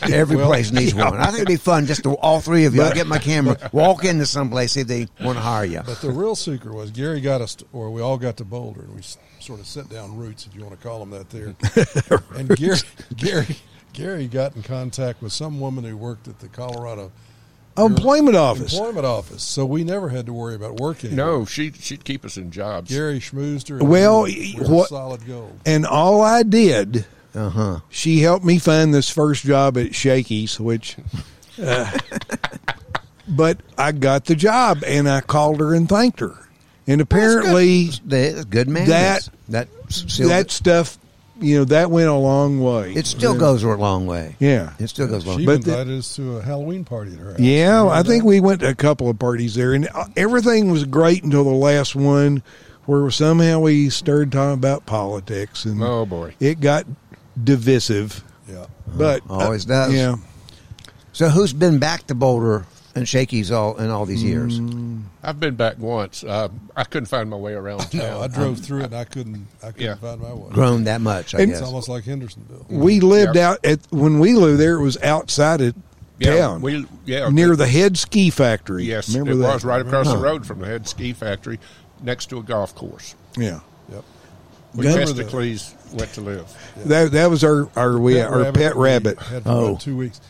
[SPEAKER 2] Every place needs one. I think it'd be fun just to all three of you. I'll get my camera, walk into someplace, see if they want to hire you.
[SPEAKER 3] But the real secret was Gary got us, to, or we all got to Boulder, and we s- sort of set down roots, if you want to call them that. There, and Gary, Gary, Gary got in contact with some woman who worked at the Colorado
[SPEAKER 1] Employment office.
[SPEAKER 3] Employment Office, so we never had to worry about working.
[SPEAKER 4] No, she she'd keep us in jobs.
[SPEAKER 3] Gary schmoozed her.
[SPEAKER 1] Well,
[SPEAKER 3] we were
[SPEAKER 1] what-
[SPEAKER 3] solid gold.
[SPEAKER 1] And all I did
[SPEAKER 2] Uh huh.
[SPEAKER 1] She helped me find this first job at Shakey's, which, uh, but I got the job and I called her and thanked her. And apparently,
[SPEAKER 2] That's good man.
[SPEAKER 1] That-
[SPEAKER 2] that sealed
[SPEAKER 1] that
[SPEAKER 2] it.
[SPEAKER 1] stuff, you know, that went a long way.
[SPEAKER 2] it still goes a long way.
[SPEAKER 1] Yeah.
[SPEAKER 2] It still goes a long.
[SPEAKER 3] She
[SPEAKER 2] way.
[SPEAKER 1] But the-
[SPEAKER 3] invited us to a Halloween party at her house.
[SPEAKER 1] Yeah, I
[SPEAKER 3] Remember
[SPEAKER 1] think
[SPEAKER 3] that?
[SPEAKER 1] we went to a couple of parties there, and uh, everything was great until the last one, where somehow we started talking about politics, and
[SPEAKER 4] Oh, boy.
[SPEAKER 1] it got divisive.
[SPEAKER 3] Yeah.
[SPEAKER 1] But uh,
[SPEAKER 2] always does.
[SPEAKER 1] Yeah,
[SPEAKER 2] So who's been back to Boulder and Shakey's all in all these years?
[SPEAKER 1] Mm.
[SPEAKER 4] I've been back once. Uh, I couldn't find my way around town.
[SPEAKER 3] No, I drove through it and I couldn't. I couldn't
[SPEAKER 4] Yeah.
[SPEAKER 3] find my way.
[SPEAKER 2] Grown that much, I
[SPEAKER 1] And-
[SPEAKER 3] It's
[SPEAKER 2] guess.
[SPEAKER 3] almost like Hendersonville.
[SPEAKER 1] we lived
[SPEAKER 4] Yeah.
[SPEAKER 1] out at when we lived there. It was outside of
[SPEAKER 4] Yeah,
[SPEAKER 1] town,
[SPEAKER 4] we- yeah,
[SPEAKER 1] near
[SPEAKER 4] it-
[SPEAKER 1] the Head Ski Factory.
[SPEAKER 4] Yes,
[SPEAKER 1] remember
[SPEAKER 4] it
[SPEAKER 1] that?
[SPEAKER 4] was right across the road from the head ski factory, next to a golf course.
[SPEAKER 1] Yeah.
[SPEAKER 3] Yep.
[SPEAKER 4] We
[SPEAKER 1] Remember
[SPEAKER 4] Testicles went to live.
[SPEAKER 1] That that was our our we our pet
[SPEAKER 3] we
[SPEAKER 1] rabbit.
[SPEAKER 3] Had for
[SPEAKER 2] Oh.
[SPEAKER 3] about two weeks.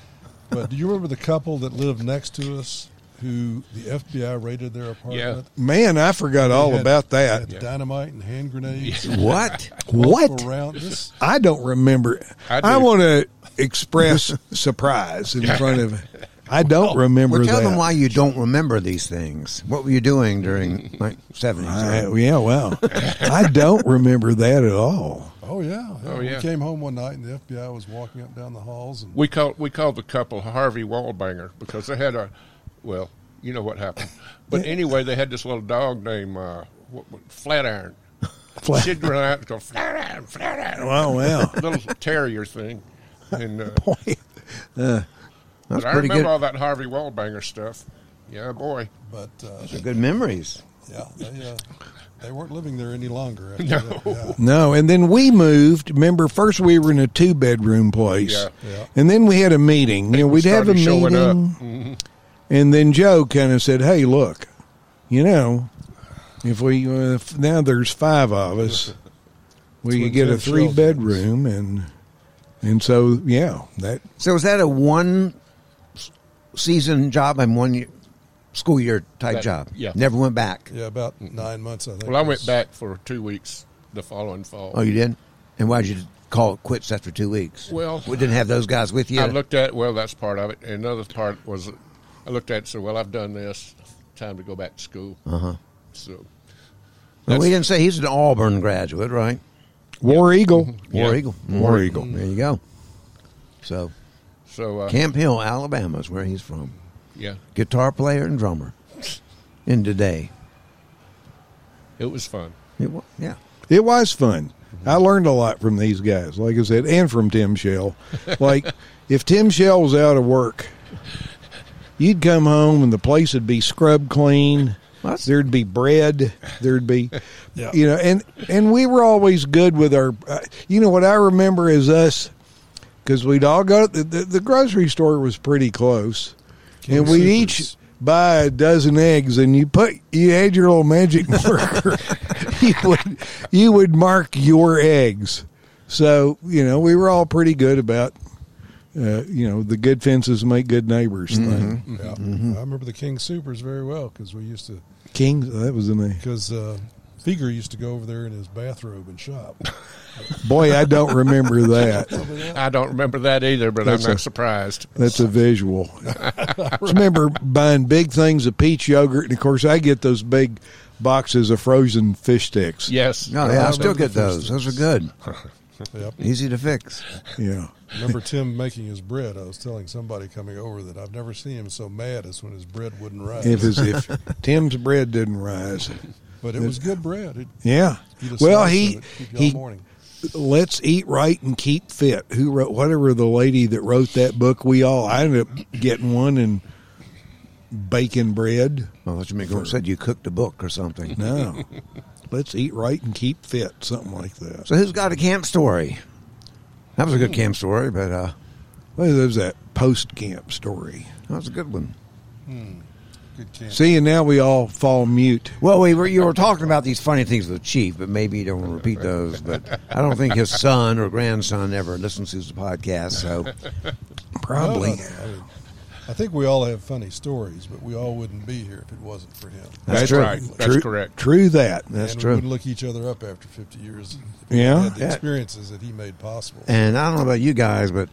[SPEAKER 3] But do you remember the couple that lived next to us who the FBI raided their apartment?
[SPEAKER 1] Man, I forgot all
[SPEAKER 3] They had-
[SPEAKER 1] about
[SPEAKER 3] they
[SPEAKER 1] that.
[SPEAKER 3] had Dynamite and hand grenades.
[SPEAKER 2] what?
[SPEAKER 1] What?
[SPEAKER 3] Around this.
[SPEAKER 1] I don't remember.
[SPEAKER 4] I do.
[SPEAKER 1] I, want to express surprise in front of. I don't remember
[SPEAKER 2] Well, tell
[SPEAKER 1] that.
[SPEAKER 2] them why you don't remember these things. What were you doing during like seventies?
[SPEAKER 1] I- yeah, well, I don't remember that at all.
[SPEAKER 3] Oh yeah.
[SPEAKER 4] Oh, yeah.
[SPEAKER 3] We came home one night and the FBI was walking up down the halls and
[SPEAKER 4] We called we called the couple Harvey Wallbanger because they had a, well, you know what happened. But anyway, they had this little dog named uh, what, what- Flatiron.
[SPEAKER 1] Flat-
[SPEAKER 4] She'd run out and go Flatiron, Flatiron,
[SPEAKER 1] Wow, wow.
[SPEAKER 4] little terrier thing. And uh,
[SPEAKER 2] That's
[SPEAKER 4] but I
[SPEAKER 2] pretty
[SPEAKER 4] remember
[SPEAKER 2] good.
[SPEAKER 4] all that Harvey Wallbanger stuff. Yeah, boy.
[SPEAKER 3] but uh,
[SPEAKER 2] Good memories.
[SPEAKER 3] yeah, they uh, they weren't living there any longer after
[SPEAKER 4] No.
[SPEAKER 3] that. Yeah.
[SPEAKER 1] No, and then we moved. Remember, first we were in a two bedroom place,
[SPEAKER 4] Yeah.
[SPEAKER 3] Yeah.
[SPEAKER 1] and then we had a meeting. You know, we'd have a
[SPEAKER 4] Started
[SPEAKER 1] meeting,
[SPEAKER 4] showing up.
[SPEAKER 1] and then Joe kind of said, "Hey, look, you know, if we uh, if now there's five of us, we
[SPEAKER 3] Twin
[SPEAKER 1] could get a
[SPEAKER 3] bed
[SPEAKER 1] three
[SPEAKER 3] shelters.
[SPEAKER 1] bedroom, and and so yeah, that
[SPEAKER 2] So is that a one s- season job and one year, school year type
[SPEAKER 4] That-
[SPEAKER 2] job?
[SPEAKER 4] yeah.
[SPEAKER 2] Never went back.
[SPEAKER 3] Yeah, about nine months I think.
[SPEAKER 4] Well, I went
[SPEAKER 3] was-
[SPEAKER 4] back for two weeks the following fall.
[SPEAKER 2] Oh, you did? And why'd you call it quits after two weeks?
[SPEAKER 4] Well-
[SPEAKER 2] we didn't have those guys with you.
[SPEAKER 4] I looked at well, that's part of it. And another part was I looked at it and said, well, I've done this. Time to go back to school. Uh
[SPEAKER 2] Uh-huh.
[SPEAKER 4] huh. So
[SPEAKER 2] Well, we didn't say he's an Auburn graduate, right?
[SPEAKER 1] War Eagle,
[SPEAKER 2] War
[SPEAKER 4] Yeah.
[SPEAKER 2] Eagle.
[SPEAKER 1] War Eagle.
[SPEAKER 2] There you go. So
[SPEAKER 4] so uh,
[SPEAKER 2] Camp Hill, Alabama is where he's from.
[SPEAKER 4] yeah,
[SPEAKER 2] Guitar player and drummer. In today,
[SPEAKER 4] it was fun.
[SPEAKER 2] it wa- yeah.
[SPEAKER 1] It was fun. I learned a lot from these guys, like I said, and from Tim Shell. Like, if Tim Shell was out of work, you'd come home and the place would be scrub clean.
[SPEAKER 2] Well, that's-
[SPEAKER 1] There'd be bread. There'd be,
[SPEAKER 3] Yeah.
[SPEAKER 1] you know, and and we were always good with our. Uh, you know what I remember is us, because we'd all go. The, the, the grocery store was pretty close, and we'd each
[SPEAKER 3] Supers.
[SPEAKER 1] buy a dozen eggs, and you put you had your little magic marker. you would you would mark your eggs. So you know we were all pretty good about, uh, you know, the good fences make good neighbors thing.
[SPEAKER 4] Mm-hmm.
[SPEAKER 3] Yeah.
[SPEAKER 1] Mm-hmm.
[SPEAKER 3] I remember the King Supers very well because we used to
[SPEAKER 1] Kings, that was the name.
[SPEAKER 3] because uh, Feger used to go over there in his bathrobe and shop.
[SPEAKER 1] Boy, I don't remember that.
[SPEAKER 4] I don't remember that either, but
[SPEAKER 1] That's
[SPEAKER 4] I'm not
[SPEAKER 1] a-
[SPEAKER 4] surprised.
[SPEAKER 1] That's a visual. I remember buying big things of peach yogurt, and of course, I get those big boxes of frozen fish sticks.
[SPEAKER 4] Yes.
[SPEAKER 2] No, yeah, I still get those. Those are good.
[SPEAKER 3] yep.
[SPEAKER 2] Easy to fix.
[SPEAKER 1] Yeah.
[SPEAKER 3] Remember Tim making his bread? I was telling somebody coming over that I've never seen him so mad as when his bread wouldn't rise.
[SPEAKER 1] If, it's, if Tim's bread didn't rise.
[SPEAKER 3] but it was good bread. It,
[SPEAKER 1] Yeah.
[SPEAKER 3] you'd a
[SPEAKER 1] Well,
[SPEAKER 3] slice
[SPEAKER 1] he,
[SPEAKER 3] of it, keep you all
[SPEAKER 1] he
[SPEAKER 3] morning.
[SPEAKER 1] let's eat right and keep fit. Who wrote whatever the lady that wrote that book? We all I ended up getting one and bacon bread.
[SPEAKER 2] Well, what you mean? Gordon Said you cooked a book or something.
[SPEAKER 1] No, let's eat right and keep fit. Something like that.
[SPEAKER 2] So who's got a camp story? That was a good camp story, but uh,
[SPEAKER 1] What is that post camp story?
[SPEAKER 2] that was a good one.
[SPEAKER 3] Good camp.
[SPEAKER 1] See, and now we all fall mute.
[SPEAKER 2] Well, we were you were talking about these funny things with the chief, but maybe you don't want to repeat those. But I don't think his son or grandson ever listens to the podcast. So
[SPEAKER 1] Probably.
[SPEAKER 3] No, no, no. I, mean, I I think we all have funny stories, but we all wouldn't be here if it wasn't for him.
[SPEAKER 2] That's
[SPEAKER 4] That's
[SPEAKER 2] true.
[SPEAKER 4] right. That's
[SPEAKER 1] true,
[SPEAKER 4] correct.
[SPEAKER 1] True that. That's
[SPEAKER 3] and
[SPEAKER 2] true.
[SPEAKER 3] we would look each other up after 50 years. if we
[SPEAKER 1] Yeah.
[SPEAKER 3] Had the
[SPEAKER 1] Yeah.
[SPEAKER 3] experiences that he made possible.
[SPEAKER 2] And I don't know about you guys, but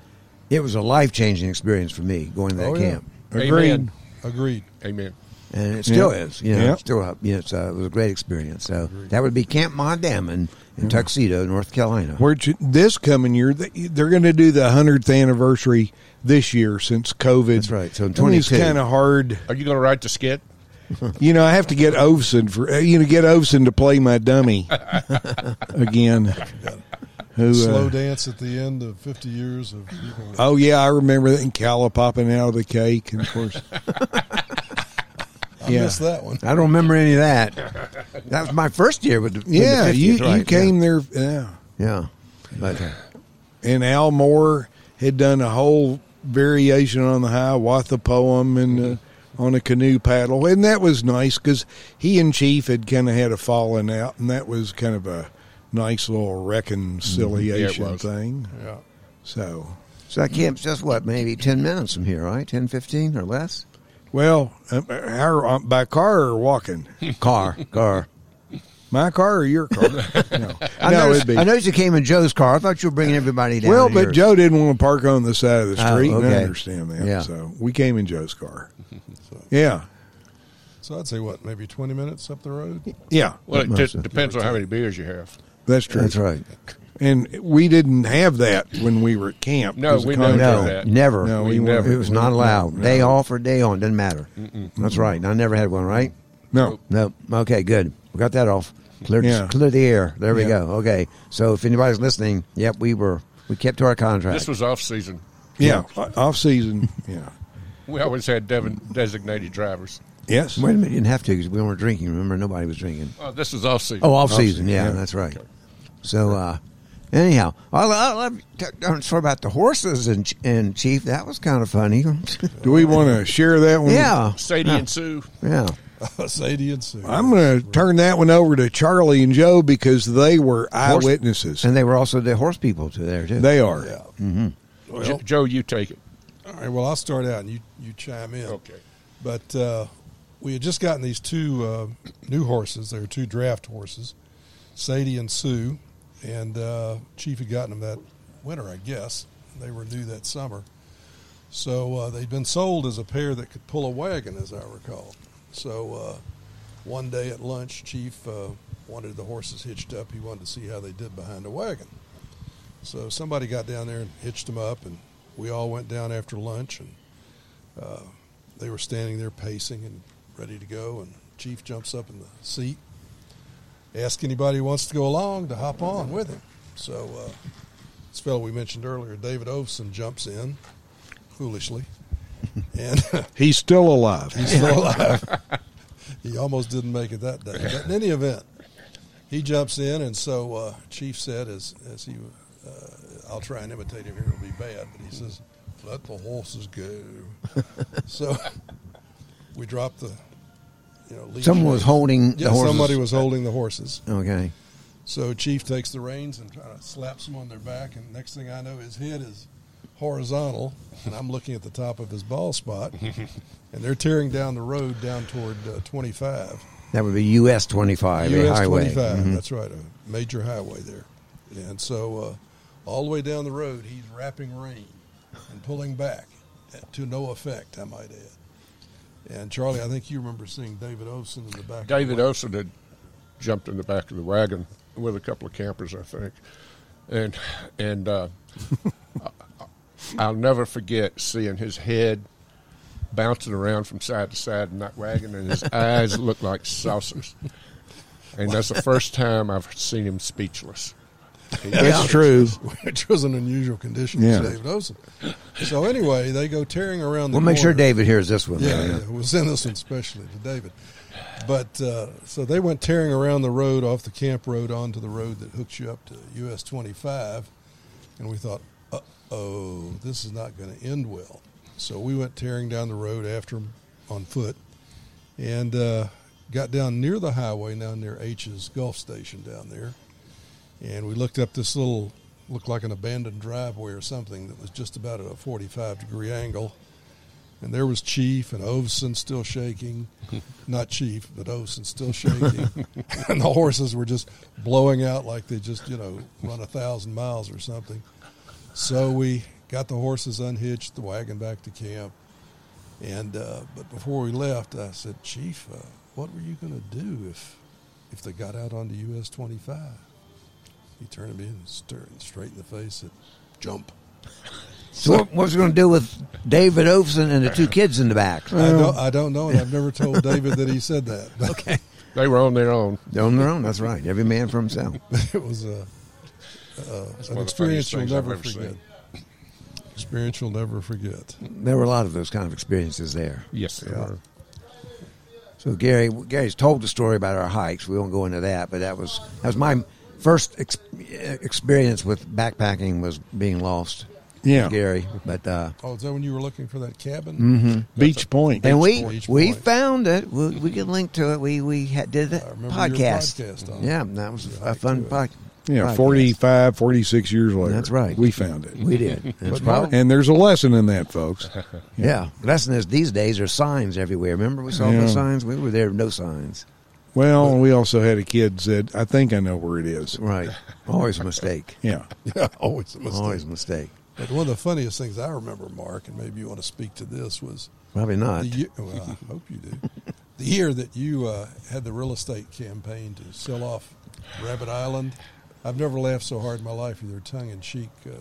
[SPEAKER 2] it was a life changing experience for me going to that
[SPEAKER 3] Oh, yeah.
[SPEAKER 2] camp.
[SPEAKER 1] agreed.
[SPEAKER 4] Amen.
[SPEAKER 3] Agreed.
[SPEAKER 4] Amen.
[SPEAKER 2] And it still
[SPEAKER 1] Yeah.
[SPEAKER 2] is. You know,
[SPEAKER 1] Yeah.
[SPEAKER 2] it's still up. You know, it's, uh, it was a great experience. So that would be Camp Mondam in, in Tuxedo, North Carolina.
[SPEAKER 1] Where this coming year, th- they're going to do the hundredth anniversary this year since COVID.
[SPEAKER 2] That's right. So in
[SPEAKER 1] I mean, it's
[SPEAKER 2] 22.
[SPEAKER 1] kind of hard.
[SPEAKER 4] Are you going to write the skit?
[SPEAKER 1] You know, I have to get Ovson for uh, you know get Ovson to play my dummy again. Who? uh,
[SPEAKER 3] Slow dance at the end of 50 years of people.
[SPEAKER 1] oh yeah, I remember that and Calla popping out of the cake, and of course.
[SPEAKER 3] I missed that one.
[SPEAKER 2] I don't remember any of that. That was my first year with the, with the
[SPEAKER 1] Yeah,
[SPEAKER 2] 50th,
[SPEAKER 1] you you
[SPEAKER 2] right,
[SPEAKER 1] came there. Yeah.
[SPEAKER 2] Yeah. yeah. But, uh,
[SPEAKER 1] and Al Moore had done a whole variation on the Hiawatha poem and uh, on a canoe paddle, and that was nice because he and Chief had kind of had a falling out, and that was kind of a nice little reconciliation
[SPEAKER 4] Mm-hmm. Yeah, it was.
[SPEAKER 1] thing.
[SPEAKER 3] Yeah.
[SPEAKER 1] So,
[SPEAKER 2] so that camp's just what, maybe 10 minutes from here, right? 10, 15 or less?
[SPEAKER 1] well, uh, our, uh, by car or walking,
[SPEAKER 2] Car. Car.
[SPEAKER 1] my car or your car? No,
[SPEAKER 2] I,
[SPEAKER 1] no
[SPEAKER 2] noticed,
[SPEAKER 1] it'd be.
[SPEAKER 2] I noticed you came in Joe's car. I thought you were bringing everybody down.
[SPEAKER 1] well,
[SPEAKER 2] to
[SPEAKER 1] but
[SPEAKER 2] yours.
[SPEAKER 1] Joe didn't want to park on the side of the
[SPEAKER 2] Oh,
[SPEAKER 1] street, and I
[SPEAKER 2] okay.
[SPEAKER 1] understand that.
[SPEAKER 2] Yeah.
[SPEAKER 1] So we came in Joe's car.
[SPEAKER 3] So,
[SPEAKER 1] Yeah,
[SPEAKER 3] so I'd say, what, maybe 20 minutes up the road?
[SPEAKER 1] yeah,
[SPEAKER 4] Well, it
[SPEAKER 2] must
[SPEAKER 4] d-
[SPEAKER 2] have-
[SPEAKER 4] depends on how many beers you have.
[SPEAKER 1] that's true.
[SPEAKER 2] That's right.
[SPEAKER 1] And we didn't have that when we were at camp.
[SPEAKER 4] No,
[SPEAKER 1] It was a
[SPEAKER 4] we never
[SPEAKER 1] contract.
[SPEAKER 4] Enjoy did.
[SPEAKER 2] No,
[SPEAKER 4] that.
[SPEAKER 2] never.
[SPEAKER 1] No,
[SPEAKER 4] we never.
[SPEAKER 2] It was not allowed. Day off or day on, doesn't matter. That's right. I never had one, right?
[SPEAKER 1] No.
[SPEAKER 2] No. Okay, good. We got that off. Clear,
[SPEAKER 1] Yeah.
[SPEAKER 2] clear the air. There we
[SPEAKER 1] Yeah.
[SPEAKER 2] go. Okay. So if anybody's listening, yep, we were we kept to our contract.
[SPEAKER 4] This was off season.
[SPEAKER 1] Yeah, off season. Yeah.
[SPEAKER 4] We always had Devon designated drivers.
[SPEAKER 1] Yes.
[SPEAKER 2] Wait a minute, you didn't have to because we weren't drinking. Remember, nobody was drinking.
[SPEAKER 4] Oh, this was off season.
[SPEAKER 2] Oh, off season.
[SPEAKER 1] Off-season,
[SPEAKER 2] Yeah,
[SPEAKER 1] yeah.
[SPEAKER 2] that's right. So, uh, anyhow, I love, I'm sorry about the horses and and Chief. That was kind of funny.
[SPEAKER 1] Do we want to share that one?
[SPEAKER 2] yeah,
[SPEAKER 4] Sadie and Sue.
[SPEAKER 2] yeah.
[SPEAKER 3] Sadie and Sue.
[SPEAKER 1] I'm going to turn that one over to Charlie and Joe because they were
[SPEAKER 2] Horse-
[SPEAKER 1] eyewitnesses.
[SPEAKER 2] And they were also the horse people too there too.
[SPEAKER 1] they are.
[SPEAKER 3] Yeah.
[SPEAKER 4] Jo- Joe, you take it.
[SPEAKER 3] All right. Well, I'll start out and you, you chime in.
[SPEAKER 4] Okay.
[SPEAKER 3] But uh, we had just gotten these two uh, new horses. They were two draft horses, Sadie and Sue. And uh, Chief had gotten them that winter, I guess. They were new that summer. So uh, they'd been sold as a pair that could pull a wagon, as I recall. So uh, one day at lunch, Chief uh, wanted the horses hitched up. He wanted to see how they did behind a wagon. So somebody got down there and hitched them up, and we all went down after lunch, and uh, they were standing there pacing and ready to go. And Chief jumps up in the seat, asks anybody who wants to go along to hop on with him. So uh, this fellow we mentioned earlier, David Ovson, jumps in foolishly, and uh,
[SPEAKER 1] He's still alive.
[SPEAKER 3] He's still alive. he almost didn't make it that day. But in any event, he jumps in, and so uh, Chief said, as as he, uh, I'll try and imitate him here. It'll be bad, but he says, "Let the horses go." so we dropped the, you know, leash.
[SPEAKER 2] Someone was holding
[SPEAKER 3] Yeah,
[SPEAKER 2] the horses.
[SPEAKER 3] somebody was holding the horses.
[SPEAKER 2] Okay.
[SPEAKER 3] So Chief takes the reins and kind of slaps them on their back, and next thing I know, his head is horizontal, and I'm looking at the top of his ball spot, and they're tearing down the road down toward uh, 25,
[SPEAKER 2] That would be US 25, a
[SPEAKER 3] US
[SPEAKER 2] highway. Mm-hmm.
[SPEAKER 3] 25. That's right, a major highway there. And so uh, all the way down the road, he's wrapping rein and pulling back uh, to no effect, I might add. And Charlie, I think you remember seeing David Olson in the back. of the
[SPEAKER 4] David Olson had jumped in the back of the wagon with a couple of campers, I think, and and uh, I'll never forget seeing his head bouncing around from side to side in that wagon, and his eyes looked like saucers. And that's the first time I've seen him speechless.
[SPEAKER 1] That's true.
[SPEAKER 3] which was an unusual condition
[SPEAKER 1] Yeah.
[SPEAKER 3] for David Olsen. So anyway, they go tearing around. The
[SPEAKER 2] We'll make sure
[SPEAKER 3] corner.
[SPEAKER 2] David hears this one.
[SPEAKER 3] Yeah,
[SPEAKER 2] though,
[SPEAKER 3] yeah, it was in this one especially to David. But uh, so they went tearing around the road off the camp road onto the road that hooks you up to US 25, and we thought, uh oh, this is not going to end well. So we went tearing down the road after them on foot, and uh, got down near the highway, down near H's Gulf Station down there, and we looked up this little looked like an abandoned driveway or something that was just about at a 45 degree angle and there was Chief and Ovesen still shaking, not Chief, but Ovesen still shaking, and the horses were just blowing out like they just you know run a thousand miles or something. So we got the horses unhitched, the wagon back to camp, and uh, but before we left, I said, Chief, uh, what were you going to do if if they got out onto US 25? He turned to me and stared straight in the face and jump.
[SPEAKER 2] So what, what was going to do with David Overson and the two kids in the back?
[SPEAKER 3] I don't, I don't know, and I've never told David that he said that. But okay.
[SPEAKER 4] They were on their own.
[SPEAKER 2] They're on their own. That's right. Every man for himself.
[SPEAKER 3] it was a, a
[SPEAKER 4] one of
[SPEAKER 3] an
[SPEAKER 4] the
[SPEAKER 3] experience
[SPEAKER 4] funniest
[SPEAKER 3] you'll
[SPEAKER 4] things
[SPEAKER 3] never
[SPEAKER 4] I've ever
[SPEAKER 3] forget.
[SPEAKER 4] seen.
[SPEAKER 3] Experience you'll never forget.
[SPEAKER 2] There were a lot of those kind of experiences there.
[SPEAKER 4] Yes, they were.
[SPEAKER 2] So Gary, Gary's told the story about our hikes. We won't go into that, but that was that was my first ex- experience with backpacking was being lost.
[SPEAKER 1] Yeah.
[SPEAKER 2] Gary, but uh,
[SPEAKER 3] Oh, is that when you were looking for that cabin?
[SPEAKER 1] Beach Point.
[SPEAKER 2] and we
[SPEAKER 3] point, each
[SPEAKER 2] we
[SPEAKER 3] point.
[SPEAKER 2] found it. We, we can link to it. We we had, did that
[SPEAKER 3] I remember
[SPEAKER 2] podcast.
[SPEAKER 3] your podcast on it.
[SPEAKER 2] Yeah, that was
[SPEAKER 3] Yeah,
[SPEAKER 2] a fun
[SPEAKER 3] I
[SPEAKER 2] podcast.
[SPEAKER 1] Yeah, 45, 46 years later.
[SPEAKER 2] That's right.
[SPEAKER 1] We found it.
[SPEAKER 2] We did. That's
[SPEAKER 3] Mark-
[SPEAKER 2] probably,
[SPEAKER 1] And there's a lesson in that, folks.
[SPEAKER 2] yeah. Lesson is these days are signs everywhere. Remember we saw
[SPEAKER 1] Yeah.
[SPEAKER 2] no signs. We were there, no signs.
[SPEAKER 1] Well, we also had a kid said, I think I know where it is.
[SPEAKER 2] Right. Always a mistake.
[SPEAKER 1] Yeah.
[SPEAKER 3] Yeah, always a mistake.
[SPEAKER 2] Mm-hmm. Always a mistake.
[SPEAKER 3] But one of the funniest things I remember, Mark, and maybe you want to speak to this, was
[SPEAKER 2] Probably not.
[SPEAKER 3] the year, well, I hope you do. The year that you uh, had the real estate campaign to sell off Rabbit Island. I've never laughed so hard in my life with their tongue in cheek uh,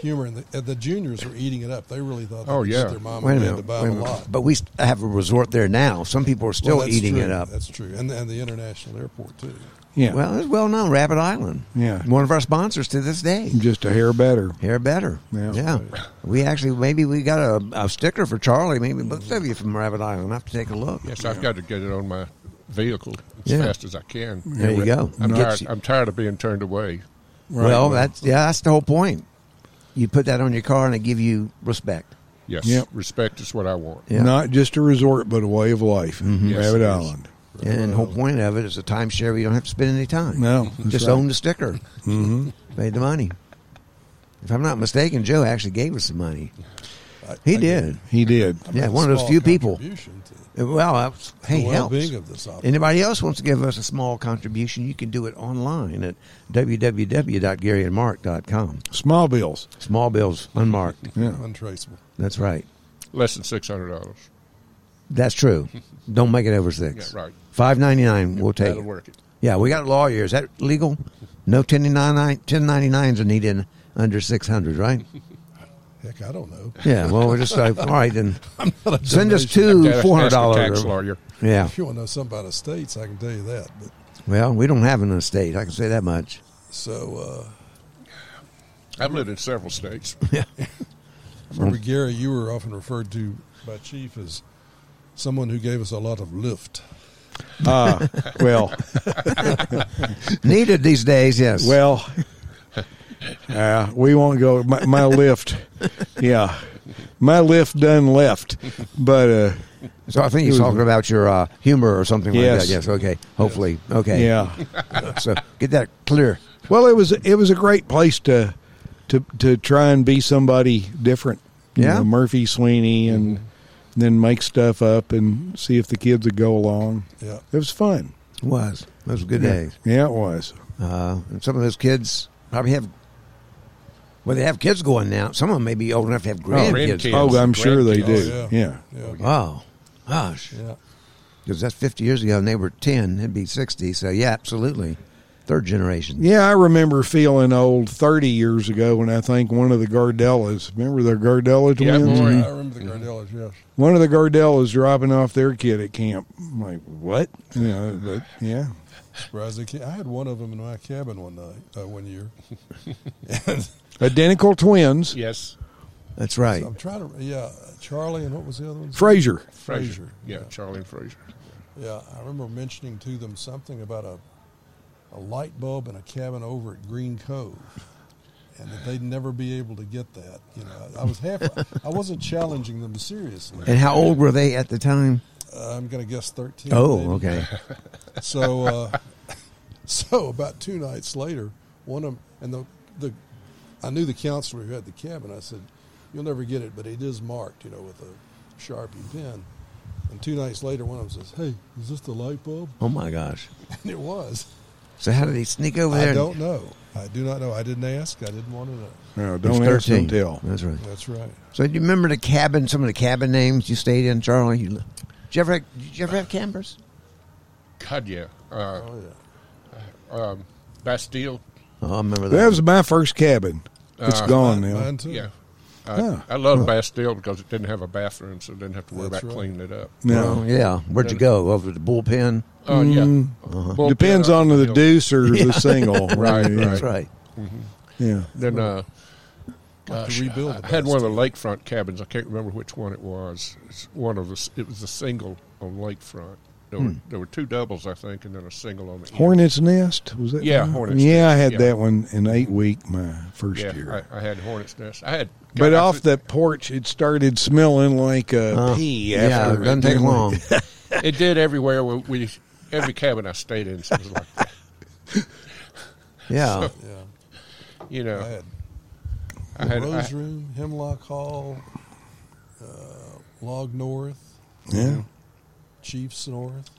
[SPEAKER 3] humor. And the, uh, the juniors were eating it up. They really thought they
[SPEAKER 4] Oh,
[SPEAKER 3] could
[SPEAKER 4] yeah.
[SPEAKER 3] get their mom
[SPEAKER 2] Wait a
[SPEAKER 3] and dad to
[SPEAKER 2] minute.
[SPEAKER 3] buy
[SPEAKER 2] wait a
[SPEAKER 3] them a
[SPEAKER 2] minute.
[SPEAKER 3] lot.
[SPEAKER 2] But we st- have a resort there now. Some people are still
[SPEAKER 3] Well, that's
[SPEAKER 2] eating
[SPEAKER 3] true.
[SPEAKER 2] it up.
[SPEAKER 3] That's true. And, and the international airport, too.
[SPEAKER 1] Yeah.
[SPEAKER 2] Well, it's well known, Rabbit Island.
[SPEAKER 1] Yeah.
[SPEAKER 2] One of our sponsors to this day.
[SPEAKER 1] Just a hair better.
[SPEAKER 2] Hair better.
[SPEAKER 1] Yeah.
[SPEAKER 2] We actually, maybe we got a, a sticker for Charlie, maybe both of you from Rabbit Island. I'll have to take a look.
[SPEAKER 4] Yes, I've got to get it on my vehicle as
[SPEAKER 2] Yeah.
[SPEAKER 4] fast as I can.
[SPEAKER 2] There you go.
[SPEAKER 4] I'm
[SPEAKER 2] Get
[SPEAKER 4] tired,
[SPEAKER 2] you-
[SPEAKER 4] I'm tired of being turned away.
[SPEAKER 2] well, that's, yeah, that's the whole point. You put that on your car and they give you respect.
[SPEAKER 4] Yes,
[SPEAKER 1] Yep.
[SPEAKER 4] respect is what I want.
[SPEAKER 2] Yeah.
[SPEAKER 1] Not just a resort, but a way of life.
[SPEAKER 4] Yes,
[SPEAKER 1] Rabbit
[SPEAKER 4] it is.
[SPEAKER 1] Island.
[SPEAKER 2] And the whole point of it is a timeshare where you don't have to spend any time.
[SPEAKER 1] No, that's
[SPEAKER 2] Just
[SPEAKER 1] right.
[SPEAKER 2] own the sticker. Mm-hmm. Paid the money. If I'm not mistaken, Joe actually gave us the money.
[SPEAKER 3] I-
[SPEAKER 2] He
[SPEAKER 3] I
[SPEAKER 2] did.
[SPEAKER 1] He did.
[SPEAKER 3] I
[SPEAKER 2] Yeah,
[SPEAKER 3] made a
[SPEAKER 2] one of those
[SPEAKER 3] small
[SPEAKER 2] few people.
[SPEAKER 3] contribution to the
[SPEAKER 2] Well, I was, hey,
[SPEAKER 3] well-being
[SPEAKER 2] helps.
[SPEAKER 3] of this operation.
[SPEAKER 2] Anybody else wants to give us a small contribution, you can do it online at www.garyandmark.com.
[SPEAKER 1] Small bills.
[SPEAKER 2] Small bills, unmarked.
[SPEAKER 1] Yeah.
[SPEAKER 3] Untraceable.
[SPEAKER 2] That's right.
[SPEAKER 4] Less than six hundred dollars.
[SPEAKER 2] That's true. Don't make it over six.
[SPEAKER 4] Yeah, right.
[SPEAKER 2] Five ninety nine. We'll take
[SPEAKER 4] That'll
[SPEAKER 2] it.
[SPEAKER 4] work it.
[SPEAKER 2] Yeah, we got lawyers. Is that legal? No 1099 1099s are needed under 600, right?
[SPEAKER 3] Heck, I don't know.
[SPEAKER 2] Yeah, well, we're just like, all right, then
[SPEAKER 3] not a
[SPEAKER 2] send us
[SPEAKER 3] donation.
[SPEAKER 2] two
[SPEAKER 4] Gotta ask
[SPEAKER 2] $400.
[SPEAKER 4] the tax lawyer.
[SPEAKER 2] Yeah,
[SPEAKER 3] If you want to know something about estates, I can tell you that. But
[SPEAKER 2] well, we don't have an estate. I can say that much.
[SPEAKER 3] so
[SPEAKER 4] I've lived in several states.
[SPEAKER 3] uh, remember, Gary, you were often referred to by Chief as someone who gave us a lot of lift.
[SPEAKER 1] Ah, well,
[SPEAKER 2] Needed these days, yes.
[SPEAKER 1] well, uh, we won't go. My, my lift, yeah, my lift done left. But uh,
[SPEAKER 2] so I think he's talking about your uh, humor or something like
[SPEAKER 1] Yes.
[SPEAKER 2] that. Yes, okay. Hopefully. Okay.
[SPEAKER 1] yeah,
[SPEAKER 2] So get that clear.
[SPEAKER 1] well, it was it was a great place to to to try and be somebody different. You
[SPEAKER 2] Yeah.
[SPEAKER 1] know, Murphy Sweeney, and then make stuff up and see if the kids would go along.
[SPEAKER 3] Yeah.
[SPEAKER 2] Oh,
[SPEAKER 1] It was fun.
[SPEAKER 2] It was. Those were good days.
[SPEAKER 1] Yeah, it was.
[SPEAKER 2] Uh, and some of those kids probably have, well, they have kids going now. Some of them may be old enough to have grandkids.
[SPEAKER 4] grandkids.
[SPEAKER 1] oh, I'm sure they
[SPEAKER 4] grandkids.
[SPEAKER 1] do.
[SPEAKER 3] Oh,
[SPEAKER 1] yeah.
[SPEAKER 3] Yeah.
[SPEAKER 2] Wow. Gosh.
[SPEAKER 3] Yeah.
[SPEAKER 2] Because that's 50 years ago and they were 10, it'd be 60. So, yeah, absolutely. Third generation.
[SPEAKER 1] Yeah, I remember feeling old 30 years ago when I think one of the Gardellas, remember the Gardella
[SPEAKER 4] Yeah,
[SPEAKER 2] Mm-hmm.
[SPEAKER 1] twins?
[SPEAKER 4] boy.
[SPEAKER 3] I remember the Gardellas, yes.
[SPEAKER 1] One of the Gardellas dropping off their kid at camp. I'm like, what? You know, but yeah.
[SPEAKER 3] Surprised they ca- I had one of them in my cabin one night, uh, one year. and
[SPEAKER 1] Identical twins.
[SPEAKER 4] Yes,
[SPEAKER 2] That's right.
[SPEAKER 3] I'm trying to, yeah, Charlie and what was the other one?
[SPEAKER 1] Frazier.
[SPEAKER 4] Fraser.
[SPEAKER 3] Frazier.
[SPEAKER 4] Yeah, Charlie and Fraser.
[SPEAKER 3] Yeah, I remember mentioning to them something about a, a light bulb in a cabin over at Green Cove, and that they'd never be able to get that. You know, I was half. I wasn't challenging them seriously.
[SPEAKER 2] And how old were they at the time?
[SPEAKER 3] Uh, I'm going to guess thirteen. maybe.
[SPEAKER 2] Oh, okay.
[SPEAKER 3] So, uh, so about two nights later, one of 'em- and the the, I knew the counselor who had the cabin. I said, "You'll never get it, but it is marked, you know, with a Sharpie pen. And two nights later, one of them says, "Hey, is this the light bulb?"
[SPEAKER 2] Oh my gosh!
[SPEAKER 3] And it was.
[SPEAKER 2] So how did he sneak over there?
[SPEAKER 3] I
[SPEAKER 2] and-
[SPEAKER 3] don't know. I do not know. I didn't ask. I didn't want to know.
[SPEAKER 1] No,
[SPEAKER 2] He was
[SPEAKER 1] don't ask and
[SPEAKER 2] 13.
[SPEAKER 1] tell.
[SPEAKER 2] That's right.
[SPEAKER 3] That's right.
[SPEAKER 2] So do you remember the cabin? Some of the cabin names you stayed in, Charlie. You, did you ever? Did you ever have campers?
[SPEAKER 4] God, yeah. Uh,
[SPEAKER 3] Oh yeah.
[SPEAKER 4] um, Bastille.
[SPEAKER 2] Oh, I remember that.
[SPEAKER 1] That was my first cabin. It's
[SPEAKER 4] Uh,
[SPEAKER 1] gone
[SPEAKER 3] Mine-
[SPEAKER 1] now.
[SPEAKER 3] mine too.
[SPEAKER 4] Yeah. I,
[SPEAKER 1] Huh.
[SPEAKER 4] I love Bastille because it didn't have a bathroom, so I didn't have to worry
[SPEAKER 3] That's
[SPEAKER 4] about
[SPEAKER 3] right.
[SPEAKER 4] cleaning it up.
[SPEAKER 1] no.
[SPEAKER 2] Oh, yeah. Where'd you go? Over the bullpen.
[SPEAKER 4] Oh, yeah. Bullpen
[SPEAKER 1] Depends
[SPEAKER 4] up
[SPEAKER 1] on
[SPEAKER 4] the
[SPEAKER 1] the
[SPEAKER 4] hill.
[SPEAKER 1] deuce or the single.
[SPEAKER 4] Right,
[SPEAKER 1] Yeah.
[SPEAKER 2] That's right.
[SPEAKER 1] Yeah.
[SPEAKER 4] Then uh, gosh,
[SPEAKER 3] rebuild the
[SPEAKER 4] I had one of the lakefront cabins. I can't remember which one it was. It's one of the. s- It was a single on lakefront. There were
[SPEAKER 3] Hmm.
[SPEAKER 4] there were two doubles, I think, and then a single on the end.
[SPEAKER 1] Hornet's Nest was that?
[SPEAKER 4] Yeah,
[SPEAKER 1] one?
[SPEAKER 4] Hornet's
[SPEAKER 1] Yeah, I
[SPEAKER 4] Nest,
[SPEAKER 1] had
[SPEAKER 4] yeah.
[SPEAKER 1] that one in eight week my first
[SPEAKER 4] Yeah,
[SPEAKER 1] year.
[SPEAKER 4] I, I had hornets nest. I had.
[SPEAKER 1] but
[SPEAKER 4] I
[SPEAKER 1] off
[SPEAKER 4] thi-
[SPEAKER 1] that porch, it started smelling like a
[SPEAKER 2] Uh,
[SPEAKER 1] pee.
[SPEAKER 2] yeah,
[SPEAKER 1] After
[SPEAKER 2] it doesn't take long.
[SPEAKER 4] it did everywhere. We, we every cabin I stayed in was like that.
[SPEAKER 2] Yeah.
[SPEAKER 3] Yeah.
[SPEAKER 4] You know,
[SPEAKER 3] I had
[SPEAKER 4] I had.
[SPEAKER 3] Rose
[SPEAKER 4] I,
[SPEAKER 3] Room, Hemlock Hall, uh, Log North,
[SPEAKER 1] Yeah,
[SPEAKER 3] Chiefs North.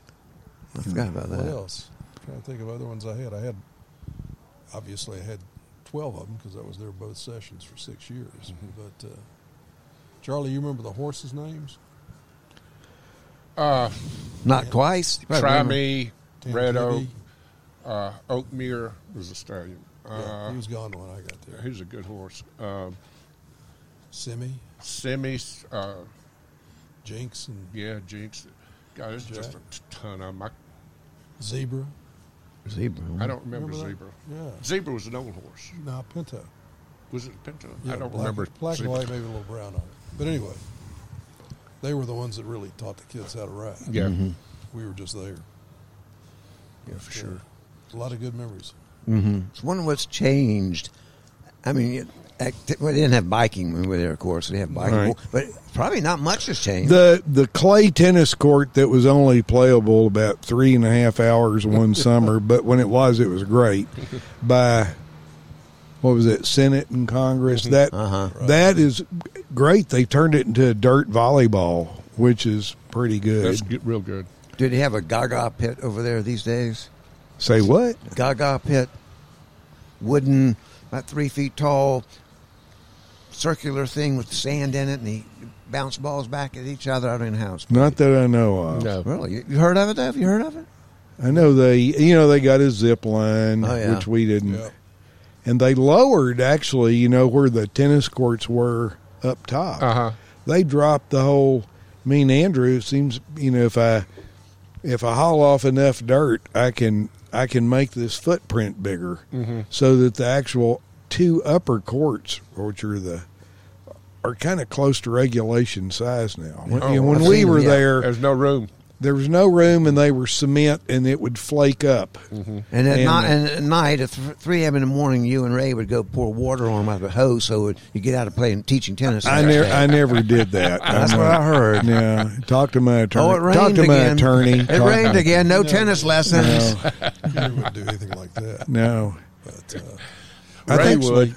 [SPEAKER 2] I forgot about
[SPEAKER 3] What
[SPEAKER 2] that.
[SPEAKER 3] else? trying to think of other ones I had. I had obviously I had twelve of them because I was there both sessions for six years. But uh, Charlie, you remember the horses' names?
[SPEAKER 4] uh,
[SPEAKER 2] Not twice.
[SPEAKER 4] try me, red oak,
[SPEAKER 3] Tankini?
[SPEAKER 4] uh, oakmere was a stallion.
[SPEAKER 3] Yeah,
[SPEAKER 4] Uh,
[SPEAKER 3] he was gone when I got there.
[SPEAKER 4] he's a good horse. Um,
[SPEAKER 3] Simi,
[SPEAKER 4] Semi, uh,
[SPEAKER 3] Jinx, and
[SPEAKER 4] yeah, Jinx. God, there's just a
[SPEAKER 3] Jack.
[SPEAKER 4] t- ton of 'em. I,
[SPEAKER 3] Zebra.
[SPEAKER 2] Zebra.
[SPEAKER 4] I don't remember,
[SPEAKER 3] Remember that?
[SPEAKER 4] Zebra.
[SPEAKER 3] Yeah.
[SPEAKER 4] Zebra was an old horse.
[SPEAKER 3] Now Pinto.
[SPEAKER 4] Was it Pinto?
[SPEAKER 3] Yeah,
[SPEAKER 4] I don't
[SPEAKER 3] black,
[SPEAKER 4] remember.
[SPEAKER 3] Black and
[SPEAKER 4] Zebra.
[SPEAKER 3] white, maybe a little brown on it. But anyway, they were the ones that really taught the kids how to ride.
[SPEAKER 4] Yeah.
[SPEAKER 3] We were just there.
[SPEAKER 4] Yeah, for sure.
[SPEAKER 3] A lot of good memories.
[SPEAKER 2] I was wondering what's changed. I mean, it, act- well, they didn't have biking when we were there, of course. They have biking,
[SPEAKER 1] Right.
[SPEAKER 2] but probably not much has changed.
[SPEAKER 1] the the clay tennis court that was only playable about three and a half hours one summer, but when it was, it was great. By what was it, Senate and Congress? That
[SPEAKER 2] Uh-huh.
[SPEAKER 1] that is great. They turned it into dirt volleyball, which is pretty good.
[SPEAKER 4] That's good, real good.
[SPEAKER 2] Do they have a Gaga pit over there these days?
[SPEAKER 1] Say what?
[SPEAKER 2] Gaga pit, wooden, about three feet tall, circular thing with sand in it, and he bounced balls back at each other out in the house.
[SPEAKER 1] Not that I know of.
[SPEAKER 2] Really, you, you heard of it? Have you heard of it?
[SPEAKER 1] I know they, you know, they got a zip line,
[SPEAKER 2] Oh, yeah.
[SPEAKER 1] which we didn't.
[SPEAKER 3] Yeah.
[SPEAKER 1] And they lowered, actually, you know, where the tennis courts were up top.
[SPEAKER 4] Uh
[SPEAKER 2] Uh-huh.
[SPEAKER 4] huh.
[SPEAKER 1] They dropped the whole. I mean, Andrew seems, you know, if I if I haul off enough dirt, I can I can make this footprint bigger,
[SPEAKER 2] Mm-hmm.
[SPEAKER 1] so that the actual two upper courts, which are the are kind of close to regulation size now. When,
[SPEAKER 4] Oh,
[SPEAKER 1] you know, when
[SPEAKER 2] I've
[SPEAKER 1] we
[SPEAKER 2] seen them,
[SPEAKER 1] were
[SPEAKER 2] yeah.
[SPEAKER 1] there,
[SPEAKER 4] There's no room.
[SPEAKER 1] there was no room and they were cement and it would flake up.
[SPEAKER 2] And at,
[SPEAKER 1] And- uh,
[SPEAKER 2] night, and at night, at th- 3 a.m. in the morning, you and Ray would go pour water on him out of a hose so you get out of playing teaching tennis. the
[SPEAKER 1] I
[SPEAKER 2] next
[SPEAKER 1] never,
[SPEAKER 2] day.
[SPEAKER 1] I never did that.
[SPEAKER 2] That's what I heard.
[SPEAKER 1] Yeah, talk to my attorney.
[SPEAKER 2] Oh, it rained
[SPEAKER 1] talk to my
[SPEAKER 2] again.
[SPEAKER 1] attorney.
[SPEAKER 2] It
[SPEAKER 1] Talk to-
[SPEAKER 2] rained again. No, tennis lessons.
[SPEAKER 3] You wouldn't do anything like that.
[SPEAKER 1] No,
[SPEAKER 3] But uh,
[SPEAKER 1] I
[SPEAKER 4] Ray
[SPEAKER 1] think
[SPEAKER 4] would.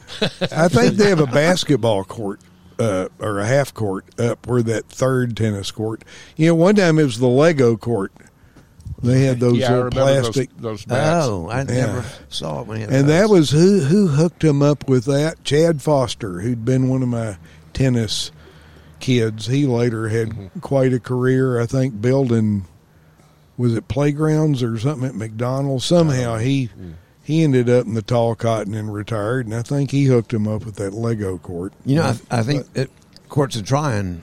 [SPEAKER 1] I think they have a basketball court uh, or a half court up where that third tennis court. You know, one time it was the Lego court. They had those
[SPEAKER 4] yeah, I
[SPEAKER 1] little
[SPEAKER 4] remember
[SPEAKER 1] plastic.
[SPEAKER 4] those, those mats.
[SPEAKER 2] Oh, I never saw it when he had
[SPEAKER 1] And that
[SPEAKER 2] those.
[SPEAKER 1] was who who hooked him up with that Chad Foster, who'd been one of my tennis kids. He later had
[SPEAKER 2] Mm-hmm.
[SPEAKER 1] quite a career, I think, building was it playgrounds or something at McDonald's. Somehow
[SPEAKER 2] Uh,
[SPEAKER 1] he
[SPEAKER 2] mm.
[SPEAKER 1] he ended up in the tall cotton and retired, and I think he hooked him up with that Lego court.
[SPEAKER 2] You know, I, I think it, courts of trying,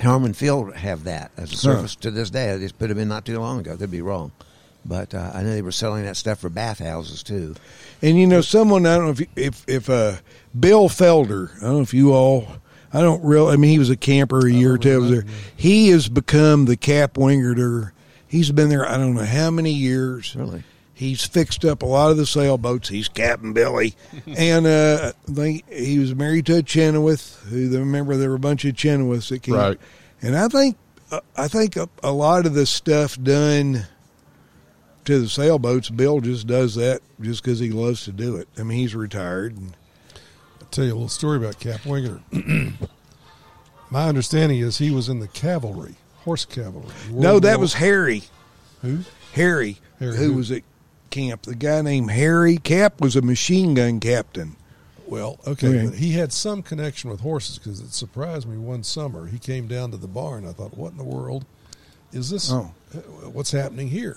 [SPEAKER 2] Harmon Field have that as a service to this day. I just put them in not too long ago. They'd be wrong. But uh, I know they were selling that stuff for bathhouses, too.
[SPEAKER 1] And you know, someone I don't know if you- if if uh, Bill Felder, I don't know if you all, I don't really. I mean, he was a camper a year or two. I was there. He has become the cap wingerter. He's been there. I don't know how many years.
[SPEAKER 2] Really?
[SPEAKER 1] He's fixed up a lot of the sailboats. He's Captain Billy, and uh, they, he was married to a Chenoweth. Who they remember there were a bunch of Chenoweths that came.
[SPEAKER 4] Right.
[SPEAKER 1] And I think uh, I think a, a lot of the stuff done to the sailboats, Bill just does that just because he loves to do it. I mean, he's retired. And,
[SPEAKER 3] I'll tell you a little story about Cap Winger. My understanding is he was in the cavalry, horse cavalry.
[SPEAKER 1] No,
[SPEAKER 3] World
[SPEAKER 1] that
[SPEAKER 3] War-
[SPEAKER 1] was Harry.
[SPEAKER 3] who?
[SPEAKER 1] Harry,
[SPEAKER 3] Harry
[SPEAKER 1] who
[SPEAKER 3] who?
[SPEAKER 1] was at camp. The guy named Harry Cap was a machine gun captain.
[SPEAKER 3] Well, okay,
[SPEAKER 1] Okay.
[SPEAKER 3] but he had some connection with horses because it surprised me one summer. He came down to the barn. I thought, what in the world is this?
[SPEAKER 1] Oh.
[SPEAKER 3] uh, What's happening here?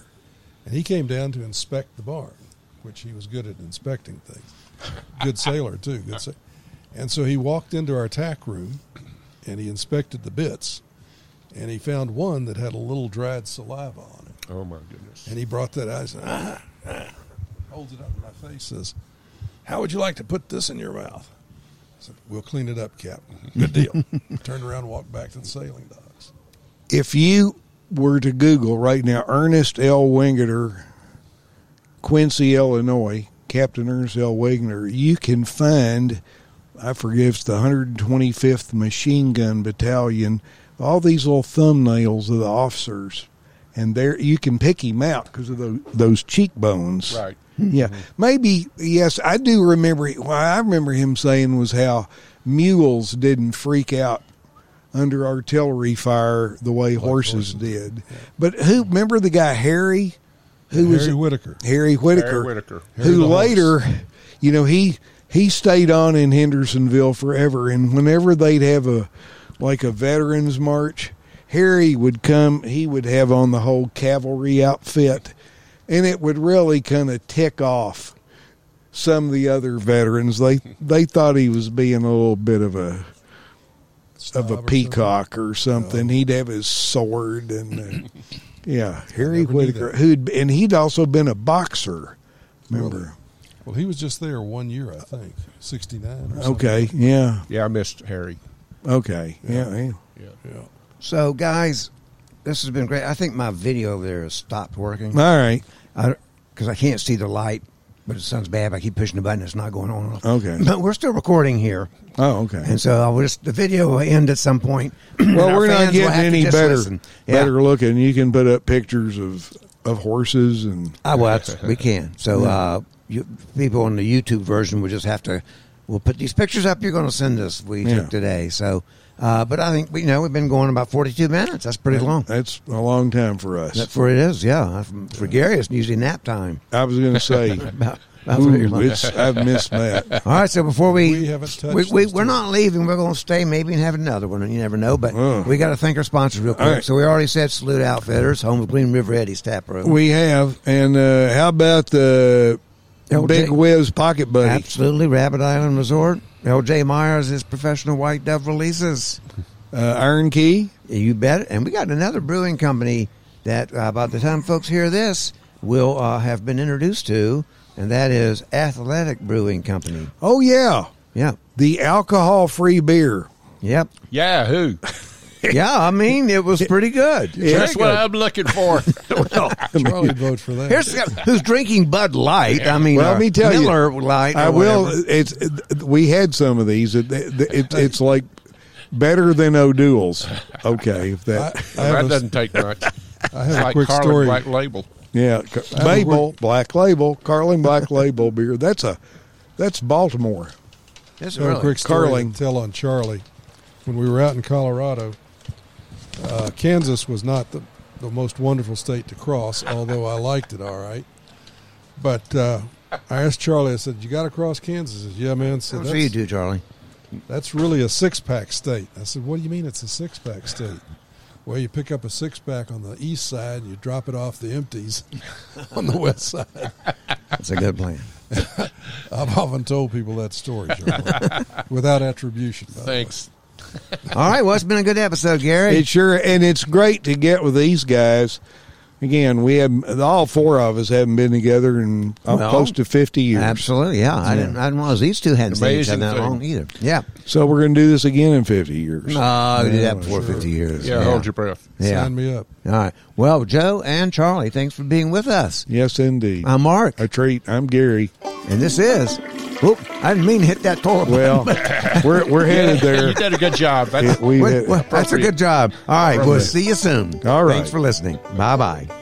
[SPEAKER 3] And he came down to inspect the barn, which he was good at inspecting things. Good sailor too. Good. Sa- and so he walked into our tack room, and he inspected the bits, and he found one that had a little dried saliva on it.
[SPEAKER 4] Oh my goodness.
[SPEAKER 3] And he brought that out. He said, ah, ah," holds it up in my face. Says, "How would you like to put this in your mouth?" I said, "We'll clean it up, Captain. Good deal." Turned around, and walked back to the sailing docks.
[SPEAKER 1] If you were to Google right now, Ernest L. Wingeter, Quincy, Illinois, Captain Ernest L. Wingeter, you can find, I forget, if it's the 125th Machine Gun Battalion, all these little thumbnails of the officers. And there, you can pick him out because of tho- those cheekbones.
[SPEAKER 4] Right.
[SPEAKER 1] Yeah, maybe yes. I do remember. What I remember him saying was how mules didn't freak out under artillery fire the way horses, did. But who remember the guy Harry, who was
[SPEAKER 3] Harry Whitaker.
[SPEAKER 1] Harry Whitaker,
[SPEAKER 4] Harry Whitaker.
[SPEAKER 3] Harry
[SPEAKER 1] who
[SPEAKER 3] the horse.
[SPEAKER 1] later, you know, he he stayed on in Hendersonville forever. And whenever they'd have a like a veterans march, Harry would come. He would have on the whole cavalry outfit, and it would really kind of tick off some of the other veterans. They they thought he was being a little bit of a of
[SPEAKER 3] Snob or
[SPEAKER 1] a
[SPEAKER 3] something.
[SPEAKER 1] peacock or something.
[SPEAKER 2] Oh.
[SPEAKER 1] He'd have his sword and uh, yeah, Harry
[SPEAKER 3] never knew
[SPEAKER 1] Whitaker,
[SPEAKER 3] that.
[SPEAKER 1] who'd and he'd also been a boxer. Remember?
[SPEAKER 3] Well, he was just there one year, I think, sixty-nine. Or something.
[SPEAKER 1] Okay, yeah,
[SPEAKER 4] Yeah, I missed Harry.
[SPEAKER 1] okay, yeah, yeah.
[SPEAKER 4] Yeah.
[SPEAKER 3] Yeah.
[SPEAKER 2] So, guys, this has been great. I think my video over there has stopped working
[SPEAKER 1] All right,
[SPEAKER 2] because I, can't see the light, but it sounds bad. I keep pushing the button; it's not going on. and off.
[SPEAKER 1] Okay.
[SPEAKER 2] but we're still recording here,
[SPEAKER 1] oh, okay.
[SPEAKER 2] and so I will just the video will end at some point. and
[SPEAKER 1] Well,
[SPEAKER 2] our
[SPEAKER 1] we're
[SPEAKER 2] fans
[SPEAKER 1] not
[SPEAKER 2] will
[SPEAKER 1] getting
[SPEAKER 2] have to
[SPEAKER 1] any
[SPEAKER 2] just
[SPEAKER 1] better,
[SPEAKER 2] listen. Yeah,
[SPEAKER 1] better looking. You can put up pictures of of horses and
[SPEAKER 2] I will. that's- We can. So, uh, you, people on the YouTube version will just have to. We'll put these pictures up. You're going to send us we
[SPEAKER 1] Yeah.
[SPEAKER 2] took today. So, uh, but I think we you know we've been going about 42 minutes. That's pretty long.
[SPEAKER 1] that's a long time for Mm-hmm. us.
[SPEAKER 2] That's where it is. Yeah, for Gary, it's usually nap time.
[SPEAKER 1] I was going to say,
[SPEAKER 2] About, about where
[SPEAKER 1] ooh,
[SPEAKER 2] you're like-
[SPEAKER 1] it's, I've missed that.
[SPEAKER 2] All right, so before we
[SPEAKER 3] We haven't touched
[SPEAKER 2] we, we,
[SPEAKER 3] this
[SPEAKER 2] we're
[SPEAKER 3] too.
[SPEAKER 2] not leaving. We're going to stay maybe and have another one. and You never know, but
[SPEAKER 1] Oh.
[SPEAKER 2] we got to thank our sponsors real quick.
[SPEAKER 1] All right.
[SPEAKER 2] So we already said Salute Outfitters, home of Green River Eddie's Tap Room.
[SPEAKER 1] We have, and uh, how about the
[SPEAKER 2] LJ.
[SPEAKER 1] Big Whiz Pocket Buddy?
[SPEAKER 2] Absolutely, Rabbit Island Resort. L.J. Myers is professional white dove releases.
[SPEAKER 1] uh, Iron Key.
[SPEAKER 2] You bet. it. And we got another brewing company that uh, by the time folks hear this will uh, have been introduced to, and that is Athletic Brewing Company.
[SPEAKER 1] Oh yeah,
[SPEAKER 2] Yeah.
[SPEAKER 1] the alcohol-free beer.
[SPEAKER 2] Yep.
[SPEAKER 4] Yahoo!
[SPEAKER 2] Yeah, I mean, it was pretty good.
[SPEAKER 4] That's what I'm looking for.
[SPEAKER 3] Charlie voted for that.
[SPEAKER 2] Here's this guy who's drinking Bud Light. I mean,
[SPEAKER 1] Well,
[SPEAKER 2] uh,
[SPEAKER 1] let me tell you,
[SPEAKER 2] Miller Light. or
[SPEAKER 1] I will.
[SPEAKER 2] whatever.
[SPEAKER 1] It's it- we had some of these. It, it, it- it's like better than O'Doul's. Okay, if that.
[SPEAKER 3] I, I
[SPEAKER 4] that
[SPEAKER 3] have, a,
[SPEAKER 4] doesn't take much.
[SPEAKER 3] I have a
[SPEAKER 4] like
[SPEAKER 3] quick
[SPEAKER 4] Carlin
[SPEAKER 3] story.
[SPEAKER 4] Black Label.
[SPEAKER 1] yeah,
[SPEAKER 3] I have a
[SPEAKER 1] Babel Black Label, Carling Black Label beer. That's a that's Baltimore.
[SPEAKER 2] Yes,
[SPEAKER 3] I have
[SPEAKER 2] really.
[SPEAKER 3] a uh, quick story
[SPEAKER 1] Carling.
[SPEAKER 3] to tell on Charlie. When we were out in Colorado, uh, Kansas was not the, the most wonderful state to cross, although I liked it all right. But uh, I asked Charlie, I said, You got to cross Kansas? He said, yeah, man. So
[SPEAKER 2] I'm sure you
[SPEAKER 3] that's,
[SPEAKER 2] do, Charlie.
[SPEAKER 3] that's really a six pack state. I said, What do you mean it's a six pack state? Well, you pick up a six pack on the east side and you drop it off the empties on the west side.
[SPEAKER 2] That's a good plan.
[SPEAKER 3] I've often told people that story, Charlie, without attribution. by the way.
[SPEAKER 4] Thanks.
[SPEAKER 2] All right, well, it's been a good episode, Gary.
[SPEAKER 1] It sure and it's great to get with these guys. Again, we have all four of us haven't been together in uh,
[SPEAKER 2] Well,
[SPEAKER 1] close to fifty years.
[SPEAKER 2] Absolutely, yeah. I didn't. I didn't realize these two hadn't seen each other
[SPEAKER 4] Amazing
[SPEAKER 2] that
[SPEAKER 4] thing.
[SPEAKER 2] long either. Yeah.
[SPEAKER 1] So we're going to do this again in fifty years.
[SPEAKER 2] No, we did that before 50 years.
[SPEAKER 4] Yeah, hold your breath.
[SPEAKER 2] Uh, Yeah.
[SPEAKER 3] Sign me up.
[SPEAKER 2] All right. Well, Joe and Charlie, thanks for being with us.
[SPEAKER 1] Yes, indeed.
[SPEAKER 2] I'm Mark,
[SPEAKER 1] a treat. I'm Gary.
[SPEAKER 2] and this is. Whoop! I didn't mean to hit that toilet.
[SPEAKER 1] Well, we're we're headed
[SPEAKER 4] You
[SPEAKER 1] there.
[SPEAKER 4] did a good job. That's
[SPEAKER 1] It- we
[SPEAKER 2] Well,
[SPEAKER 1] hit-
[SPEAKER 2] well, that's a good job. All right, we'll see you soon.
[SPEAKER 1] All right.
[SPEAKER 2] Thanks for listening. Bye bye.